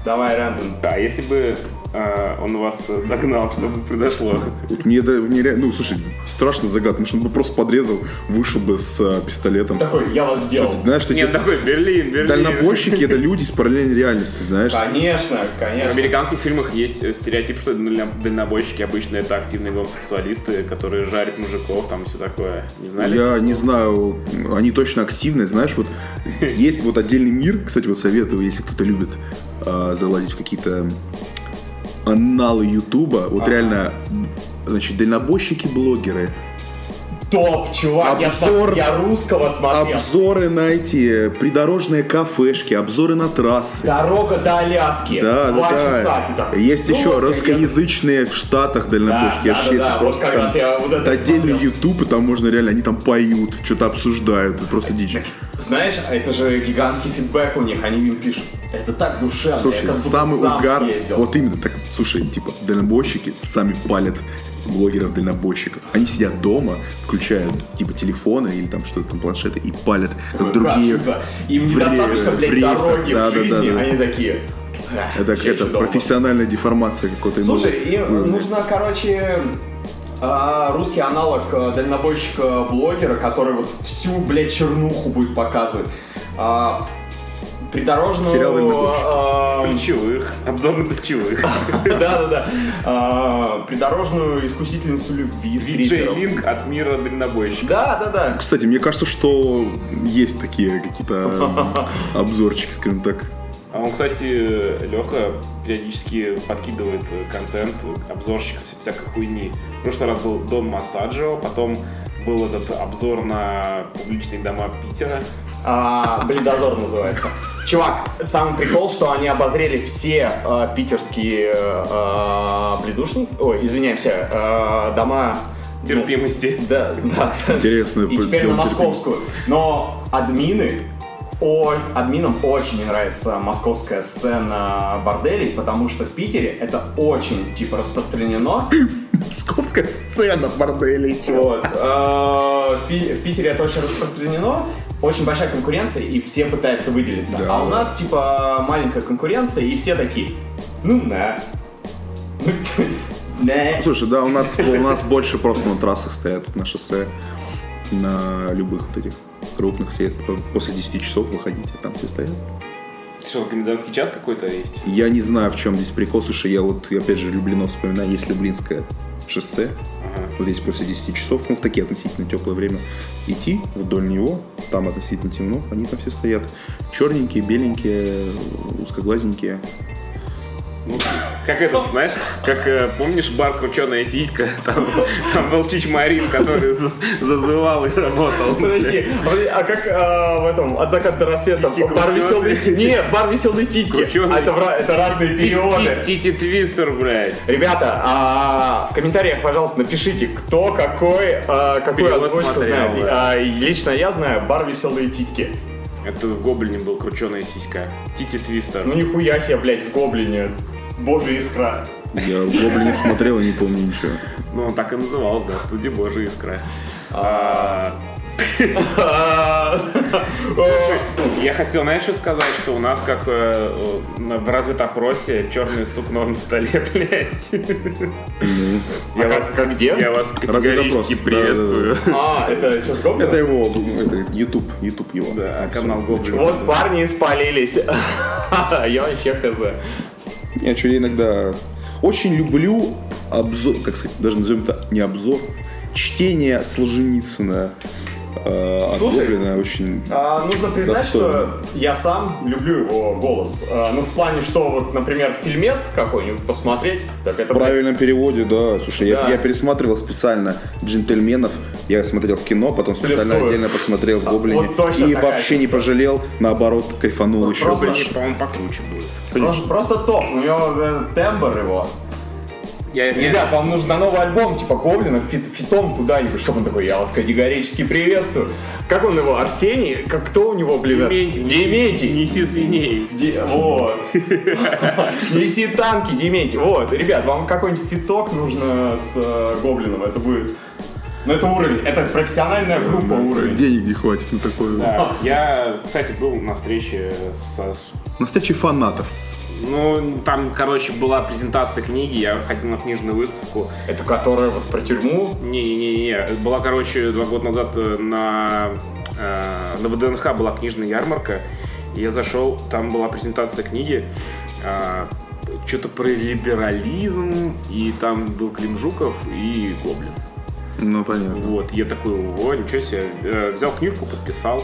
Speaker 1: Давай, Рэндон.
Speaker 2: Да, если бы э, он вас догнал, что бы произошло?
Speaker 3: Вот мне, да- мне реально, ну слушай, страшно загадка, потому что он бы просто подрезал, вышел бы с э, пистолетом.
Speaker 1: Такой, я вас сделал.
Speaker 3: Знаешь, что
Speaker 2: Нет,
Speaker 3: те-
Speaker 2: такой Берлин, Берлин.
Speaker 3: дальнобойщики это люди из параллельной реальности, знаешь?
Speaker 1: Конечно,
Speaker 2: В
Speaker 1: конечно.
Speaker 2: американских фильмах есть э, стереотип, что дальня- дальнобойщики обычно это активные гомосексуалисты, которые жарят мужиков, там все такое. Не знали?
Speaker 3: Я не знаю, они точно активные, знаешь, вот есть вот отдельный мир, кстати, вот советую, если кто-то любит а, залазить в какие-то аналы Ютуба, вот реально, значит, дальнобойщики-блогеры,
Speaker 1: Топ, чувак. я
Speaker 3: Обзор.
Speaker 1: смо- Я русского смотрел.
Speaker 3: обзоры на эти придорожные кафешки, обзоры на трассы.
Speaker 1: Дорога до Аляски.
Speaker 3: Да,
Speaker 1: Два
Speaker 3: да, да.
Speaker 1: часа. ты такой,
Speaker 3: Есть
Speaker 1: ну
Speaker 3: еще
Speaker 1: вот я еду.
Speaker 3: русскоязычные в Штатах дальнобойщики.
Speaker 1: Да,
Speaker 3: Я
Speaker 1: да,
Speaker 3: вообще
Speaker 1: да,
Speaker 3: это
Speaker 1: да,
Speaker 3: просто
Speaker 1: вот как
Speaker 3: там-
Speaker 1: раз я вот это
Speaker 3: это отдельный
Speaker 1: смотрел.
Speaker 3: YouTube, и там можно реально, они там поют, что-то обсуждают, это просто дичь.
Speaker 1: Знаешь, а это же гигантский фидбэк у них, они им пишут. Это так душевно. я
Speaker 3: Слушай,
Speaker 1: как будто
Speaker 3: самый
Speaker 1: сам
Speaker 3: угар,
Speaker 1: съездил».
Speaker 3: вот именно так, слушай, типа, дальнобойщики сами палят блогеров-дальнобойщиков. Они сидят дома, включают, типа, телефоны или там что-то там, планшеты, и палят, как
Speaker 1: Такой
Speaker 3: другие.
Speaker 1: кашица. Им
Speaker 3: в
Speaker 1: недостаточно,
Speaker 3: ре-
Speaker 1: блядь,
Speaker 3: в рейсах,
Speaker 1: дороги
Speaker 3: да,
Speaker 1: в
Speaker 3: да, да,
Speaker 1: жизни, а
Speaker 3: да.
Speaker 1: они такие. «Эх,
Speaker 3: Это как
Speaker 1: я
Speaker 3: это
Speaker 1: еще дома».
Speaker 3: профессиональная деформация какой-то. ну,
Speaker 1: Слушай, и э,
Speaker 3: выявлена.
Speaker 1: нужно, короче, а, русский аналог а, дальнобойщика-блогера, который вот всю, блядь, чернуху будет показывать. А, Придорожную...
Speaker 3: Сериал «Дальнобойщик».
Speaker 1: а,
Speaker 2: Ключевых. Обзор на ключевых.
Speaker 1: Да-да-да. А, Придорожную искусительницу любви.
Speaker 2: Диджей
Speaker 1: стрипером.
Speaker 2: Линк от мира дальнобойщиков.
Speaker 1: Да-да-да.
Speaker 3: Кстати, мне кажется, что есть такие какие-то э, обзорчики, скажем так.
Speaker 2: А он, кстати, Леха периодически подкидывает э, контент э, обзорщиков вся- всякой хуйни. В прошлый раз был дом Массаджио, потом был этот обзор на публичные дома Питера.
Speaker 1: А, блин, дозор называется. Чувак, самый прикол, что они обозрели все э, питерские э, бледушники, ой, извиняемся, э, дома
Speaker 2: Терпимости.
Speaker 1: Ну, Да, да.
Speaker 3: Интересно,
Speaker 1: И теперь на
Speaker 3: дело терпимости.
Speaker 1: московскую. Но админы, о, админам очень не нравится московская сцена борделей, потому что в Питере это очень типа распространено.
Speaker 3: Московская сцена, борделей, чего?
Speaker 1: Вот. Э, В Пи- в Питере это очень распространено, очень большая конкуренция, и все пытаются выделиться.
Speaker 3: Да.
Speaker 1: А у нас, типа, маленькая конкуренция, и все такие, ну, на. Ну, т- на.
Speaker 3: Слушай, да, у нас, у нас больше просто на трассах стоят, вот на шоссе, на любых вот этих крупных съездах. После 10 часов выходите, там все стоят.
Speaker 2: Ты Что, комендантский час какой-то есть?
Speaker 3: Я не знаю, в чем здесь прикол. Слушай, я вот, опять же, Люблино вспоминаю, есть Люблинское шоссе.
Speaker 2: Ага.
Speaker 3: Вот здесь после 10 часов, ну, в такие относительно теплое время, идти вдоль него, там относительно темно, они там все стоят. Черненькие, беленькие, узкоглазенькие.
Speaker 2: Ну, как этот, знаешь, как э, помнишь бар «Крученая сиська»? Там, там был Чич Марин, который за- зазывал и работал.
Speaker 1: Подожди, подожди, а как э, в этом от заката до рассвета?
Speaker 2: Сиськи
Speaker 1: бар
Speaker 2: крученые.
Speaker 1: веселые титьки. Нет, бар веселые титьки.
Speaker 2: Крученые
Speaker 1: А это, в ра- это разные периоды.
Speaker 2: Тити Твистер, блядь.
Speaker 1: Ребята, а, в комментариях, пожалуйста, напишите, кто какой, а, какую
Speaker 2: Перевод
Speaker 1: озвучку
Speaker 2: смотрел,
Speaker 1: знает.
Speaker 2: да.
Speaker 1: А, лично я знаю бар веселые титьки.
Speaker 2: Это в Гоблине был «Крученая сиська». Тити Твистер.
Speaker 1: Ну нихуя себе, блядь, в Гоблине. Божья искра.
Speaker 3: Я в Гоблине смотрел и не помню ничего.
Speaker 2: Ну, он так и назывался, да, студия Божья Искра. А,
Speaker 1: А,
Speaker 2: Слушай, я хотел, знаешь, что сказать, что у нас как э, э, на- в разведопросе черное сукно на столе, блядь. Я
Speaker 1: как-
Speaker 2: вас
Speaker 1: как где?
Speaker 2: Я вас категорически
Speaker 3: Разведопрос, да,
Speaker 2: приветствую.
Speaker 1: А, это что, с Гоблина?
Speaker 3: Это его, это YouTube, YouTube его.
Speaker 2: Да, а канал Гоблин.
Speaker 1: Вот парни и спалились. Я вообще хз.
Speaker 3: Я что, я иногда очень люблю обзор, как сказать, даже назовем это не обзор, чтение Солженицына. э, от
Speaker 1: Слушай,
Speaker 3: Гоблина очень...
Speaker 1: А, Нужно признать,
Speaker 3: Достойно.
Speaker 1: что я сам люблю его голос. А, Ну, в плане, что вот, например, фильмец какой-нибудь посмотреть, так это...
Speaker 3: В правильном переводе, да. Слушай, я-
Speaker 1: Да.
Speaker 3: Я, пересматривал специально джентльменов Я смотрел в кино, потом специально
Speaker 1: Плясую.
Speaker 3: отдельно посмотрел в Гоблине.
Speaker 1: А, вот точно
Speaker 3: и
Speaker 1: такая
Speaker 3: вообще не
Speaker 1: история.
Speaker 3: пожалел, наоборот, кайфанул еще.
Speaker 1: просто
Speaker 3: знаешь.
Speaker 2: Гоблине, по-моему, покруче будет.
Speaker 1: Просто, просто топ, у него э, тембр его.
Speaker 2: Я, я-
Speaker 1: Ребят, вам нужен на новый альбом, типа Гоблина, фит- фитом куда-нибудь, чтобы он такой, я вас категорически приветствую. Как он его, Арсений? Как кто у него, блин?
Speaker 2: Дементий.
Speaker 1: Дементий.
Speaker 2: неси свиней.
Speaker 1: Де- Вот. Неси танки, Дементий. Вот, ребят, вам какой-нибудь фиток нужно с э, Гоблином, это будет... Ну это уровень, это профессиональная группа уровень.
Speaker 3: Денег не хватит на такое.
Speaker 2: Да, я, кстати, был на встрече со... с-
Speaker 3: На встрече фанатов.
Speaker 2: Ну, там, короче, была презентация книги, я ходил на книжную выставку.
Speaker 1: Это которая вот про тюрьму.
Speaker 2: Не-не-не, была, короче, два года назад э, на, э, на ВДНХ была книжная ярмарка. И Я зашел, там была презентация книги, что-то про либерализм, и там был Климжуков и Гоблин.
Speaker 3: Ну, понятно.
Speaker 2: Вот, я такой, о, ничего себе, Э, взял книжку, подписал.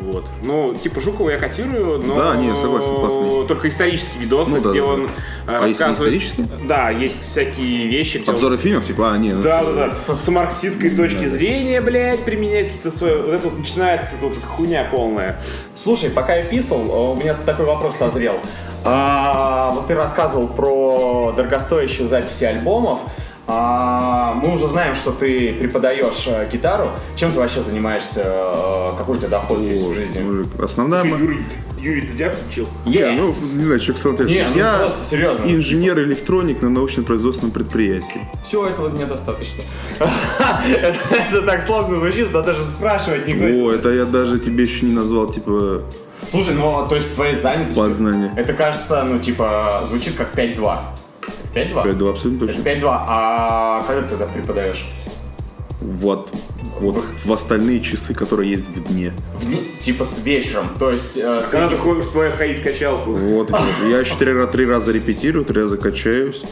Speaker 2: Вот. Ну, типа Жукова я котирую, но...
Speaker 3: Да, не, согласен, классный.
Speaker 2: Только исторический видос,
Speaker 3: Ну да,
Speaker 2: где
Speaker 3: да,
Speaker 2: он э,
Speaker 3: А если не
Speaker 2: рассказывает...
Speaker 3: исторический?
Speaker 2: Да, есть всякие вещи, где он-
Speaker 3: Обзоры фильмов, типа, а, не, ну,
Speaker 2: Да, да, да. С марксистской точки зрения, блядь, применять какие-то свои... Вот это вот начинается, вот эта вот хуйня полная.
Speaker 1: Слушай, пока я писал, э, у меня такой вопрос созрел. А, вот ты рассказывал про дорогостоящую записи альбомов. А, мы уже знаем, что ты преподаешь э, гитару. Чем ты вообще занимаешься? э, Какой у тебя доход есть в жизни?
Speaker 3: мужик, ну, Основная...
Speaker 2: Чё,
Speaker 3: мо-
Speaker 2: Юрий, Юрий Дудя включил?
Speaker 3: Не, ну,
Speaker 1: Yes.
Speaker 3: не знаю, что смотреть.
Speaker 1: Не, ну
Speaker 3: Я
Speaker 1: просто серьезно.
Speaker 3: инженер-электроник на научно-производственном предприятии.
Speaker 1: Все, этого мне достаточно. это, это так сложно звучит, что даже спрашивать не хочется.
Speaker 3: О, это я даже тебе еще не назвал, типа,
Speaker 1: Слушай, ну то есть твоей занятости...
Speaker 3: Познание.
Speaker 1: Это кажется, ну типа, звучит как 5-2. 5-2?
Speaker 3: 5-2 абсолютно
Speaker 1: Это
Speaker 3: точно.
Speaker 1: 5-2. А когда ты тогда преподаешь?
Speaker 3: Вот, вот в остальные часы, которые есть в дне.
Speaker 1: В дни- типа вечером. То есть э,
Speaker 2: Когда ты ходишь, твоя ходить в качалку.
Speaker 3: Вот, вот. я еще три, ра- три раза репетирую, три раза качаюсь.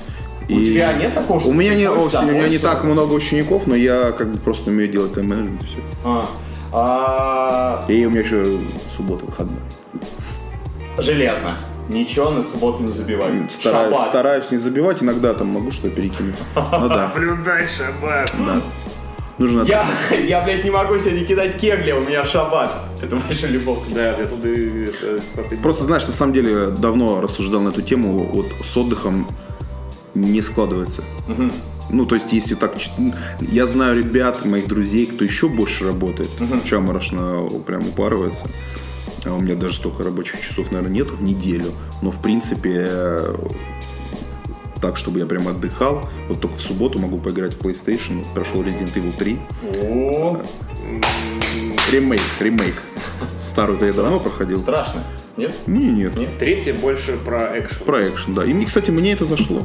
Speaker 1: у тебя нет такого, что
Speaker 3: У меня
Speaker 1: ты
Speaker 3: не,
Speaker 1: приходишь
Speaker 3: о, у меня
Speaker 1: домой,
Speaker 3: не
Speaker 1: всё?
Speaker 3: так много учеников, но я как бы просто умею делать тайм-менеджмент и все.
Speaker 1: А. А,
Speaker 3: И у меня еще суббота, выходной.
Speaker 1: железно. Ничего на субботу не забивай.
Speaker 3: Стараюсь,
Speaker 1: Шаббат.
Speaker 3: стараюсь не забивать, иногда там могу что-то перекинуть. Ну да,
Speaker 2: Блюдай шаббат.
Speaker 3: нужно...
Speaker 1: Я, я, блядь, не могу сегодня кидать кегли, у меня шаббат. Это ваша любовь.
Speaker 2: Да, я туда... и, это, кстати,
Speaker 3: Просто знаешь, на самом деле давно рассуждал на эту тему, вот с отдыхом не складывается. Ну, то есть, если так... чит- Я знаю ребят, моих друзей, кто еще больше работает, чаморошно прям упарывается. А у меня даже столько рабочих часов, наверное, нет в неделю. Но, в принципе, э, так, чтобы я прям отдыхал. Вот только в субботу могу поиграть в PlayStation. Вот Прошел Resident Evil 3.
Speaker 1: О,
Speaker 3: Ремейк, ремейк. Старую-то я давно проходил.
Speaker 1: страшно. Нет?
Speaker 3: Не, нет.
Speaker 2: Третье больше про экшен.
Speaker 3: Про экшен, да. И, мне, кстати, мне это зашло.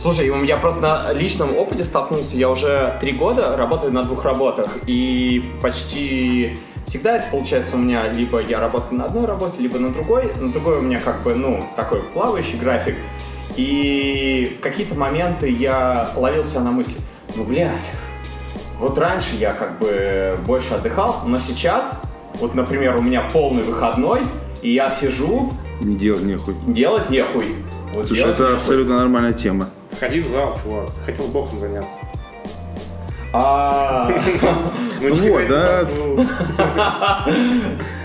Speaker 1: Слушай, я просто на личном опыте столкнулся. Я уже три года работаю на двух работах. И почти всегда это получается у меня либо я работаю на одной работе, либо на другой. На другой у меня как бы, ну, такой плавающий график. И в какие-то моменты я ловил себя на мысли, ну, блядь, вот раньше я как бы больше отдыхал, но сейчас, вот, например, у меня полный выходной, и я сижу,
Speaker 3: Не делать нехуй.
Speaker 1: делать нехуй. Вот
Speaker 3: Слушай,
Speaker 1: делать
Speaker 3: это
Speaker 1: нехуй.
Speaker 3: абсолютно нормальная тема.
Speaker 2: Сходи в зал, чувак. Хотел боксом заняться.
Speaker 1: А,
Speaker 2: Ну,
Speaker 3: Вот,
Speaker 2: теперь
Speaker 3: да.
Speaker 2: у нас,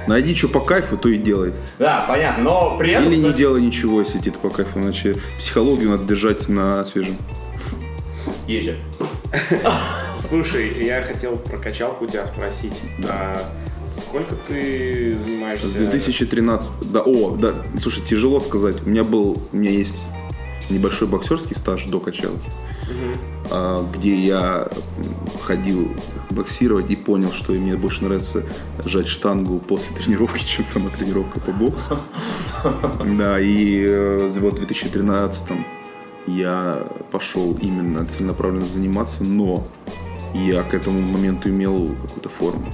Speaker 3: Найди, что по кайфу, то и делай.
Speaker 1: Да, понятно, но при этом...
Speaker 3: Или не
Speaker 1: кстати,
Speaker 3: делай ничего, если тебе это по кайфу, иначе психологию надо держать на свежем.
Speaker 1: езжай.
Speaker 2: ну, Слушай, я хотел про качалку у тебя спросить. А сколько ты занимаешься?
Speaker 3: С 2013... Да, о, да, слушай, тяжело сказать. У меня был, у меня есть небольшой боксерский стаж до качалки, а, где я м, ходил боксировать и понял, что мне больше нравится жать штангу после тренировки, чем сама тренировка по боксу. Да, и э, вот в 2013 я пошел именно целенаправленно заниматься, но я к этому моменту имел какую-то форму.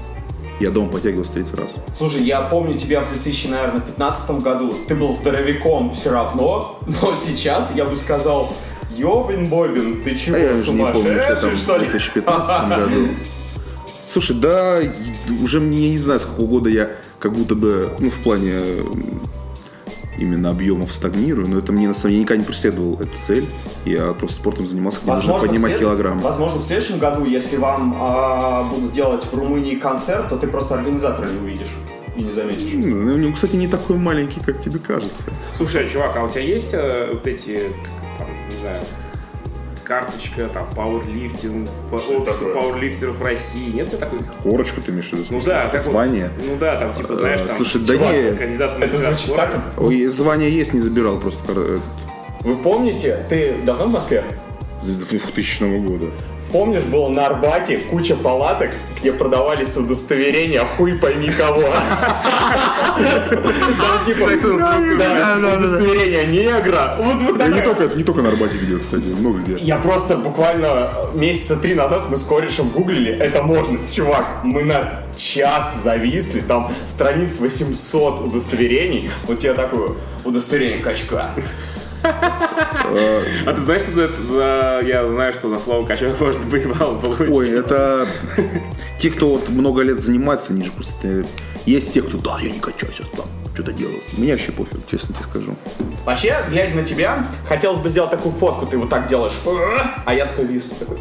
Speaker 3: Я дома подтягивался 30 раз.
Speaker 1: Слушай, я помню тебя в 2015 году. Ты был здоровяком все равно, но сейчас я бы сказал, ёбин бобин, ты чего,
Speaker 3: А я уже не помню, что там
Speaker 1: сумасшедший, Э, что
Speaker 3: в
Speaker 1: ли?
Speaker 3: 2015 году. Слушай, да, и- уже мне я не знаю, с какого года я как будто бы, ну, в плане э, именно объемов стагнирую, но это мне на самом деле я никогда не преследовал эту цель. Я просто спортом занимался, где нужно
Speaker 1: в
Speaker 3: поднимать
Speaker 1: след-
Speaker 3: килограммы.
Speaker 1: Возможно, в следующем году, если вам а, будут делать в Румынии концерт, то ты просто организатора не увидишь и не заметишь.
Speaker 3: М, ну, кстати, не такой маленький, как тебе кажется.
Speaker 2: Слушай, чувак, а у тебя есть э, вот эти, там, не знаю, карточка, там, пауэрлифтинг, по-
Speaker 1: Что это
Speaker 2: общество
Speaker 1: такое?
Speaker 2: пауэрлифтеров России? Нет ты такой?
Speaker 3: Корочку ты имеешь в виду? в
Speaker 2: Ну
Speaker 3: смысле,
Speaker 2: да,
Speaker 3: типа
Speaker 2: как вот-
Speaker 3: звание.
Speaker 2: ну да, там, типа,
Speaker 3: Э,
Speaker 2: знаешь, там,
Speaker 3: слушай, да
Speaker 2: чувак,
Speaker 3: не-
Speaker 2: кандидат в
Speaker 1: Это
Speaker 2: кандидат
Speaker 1: звучит
Speaker 2: спорта.
Speaker 1: так, как...
Speaker 3: Ой, звание есть, не забирал просто кор- э,
Speaker 1: Вы помните, ты давно в Москве?
Speaker 3: с 2000 года.
Speaker 1: Помнишь, было на Арбате куча палаток, где продавались удостоверения хуй пойми кого. Там типа
Speaker 3: Да, да, да.
Speaker 1: да, удостоверение негра. Вот вот
Speaker 3: Я Э, не
Speaker 1: такая-
Speaker 3: только, не только на Арбате видел, кстати, много где.
Speaker 1: Я просто буквально месяца три назад мы с корешем гуглили, это можно. Чувак, мы на час зависли, там страниц 800 удостоверений. Вот тебе такое удостоверение качка.
Speaker 2: А ты знаешь, что за, это- за- я знаю, что за слово качок может выебал получить?
Speaker 3: Ой, это те, кто вот много лет занимается, они же просто... э, Есть те, кто, да, я не качаюсь, я там что-то делаю. Мне вообще пофиг, честно тебе скажу.
Speaker 1: Вообще, глядя на тебя, хотелось бы сделать такую фотку, ты вот так делаешь, а я такой вижу, такой.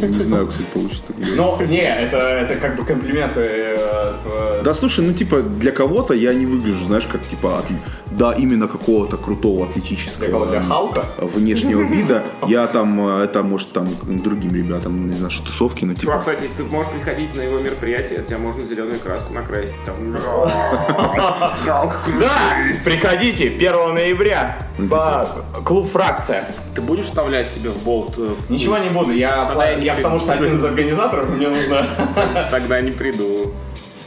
Speaker 3: Не знаю, кстати, получится так или нет.
Speaker 1: Ну, не, это, это как бы комплименты. э, тво-
Speaker 3: Да слушай, ну типа для кого-то я не выгляжу, знаешь, как типа атл- да именно какого-то крутого атлетического
Speaker 1: Для кого? Для
Speaker 3: эм,
Speaker 1: Халка?
Speaker 3: внешнего вида. Я там э, это может там к другим ребятам из нашей тусовки, ну
Speaker 2: Чувак,
Speaker 3: типа.
Speaker 2: кстати, ты можешь приходить на его мероприятие, тебя можно зеленую краску накрасить. Там. ну,
Speaker 1: Да! Приходите 1 ноября. Ба- Клуб «Фракция».
Speaker 2: Ты будешь вставлять себе в болт? э,
Speaker 1: Ничего не буду, я,
Speaker 2: Тогда
Speaker 1: пла-
Speaker 2: я не
Speaker 1: я
Speaker 2: приду.
Speaker 1: потому что один из организаторов, мне нужно...
Speaker 2: ну, Тогда не приду.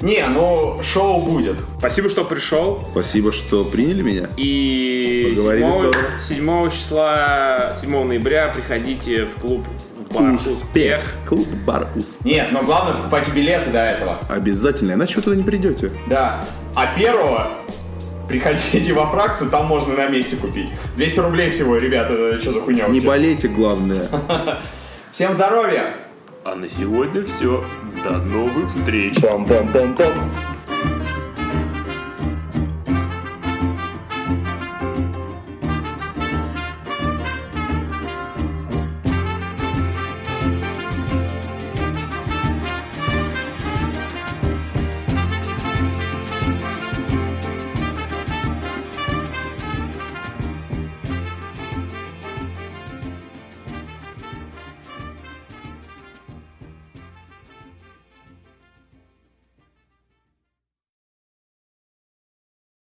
Speaker 1: Не, ну, шоу будет.
Speaker 2: Спасибо, что пришел.
Speaker 3: Спасибо, что приняли меня.
Speaker 2: И
Speaker 3: Поговорили
Speaker 2: 7,
Speaker 3: здорово.
Speaker 2: числа, 7 ноября приходите в клуб в бар
Speaker 3: Успех. Клуб бар Успех.
Speaker 1: Нет, но главное покупайте билеты до этого.
Speaker 3: Обязательно, иначе вы туда не придете.
Speaker 1: Да. А первого приходите во фракцию, там можно на месте купить. 200 рублей всего, ребята, что за хуйня
Speaker 3: Не
Speaker 1: вообще?
Speaker 3: болейте, главное.
Speaker 1: Всем здоровья!
Speaker 2: А на сегодня все. До новых встреч.
Speaker 1: Пам-пам-пам-пам.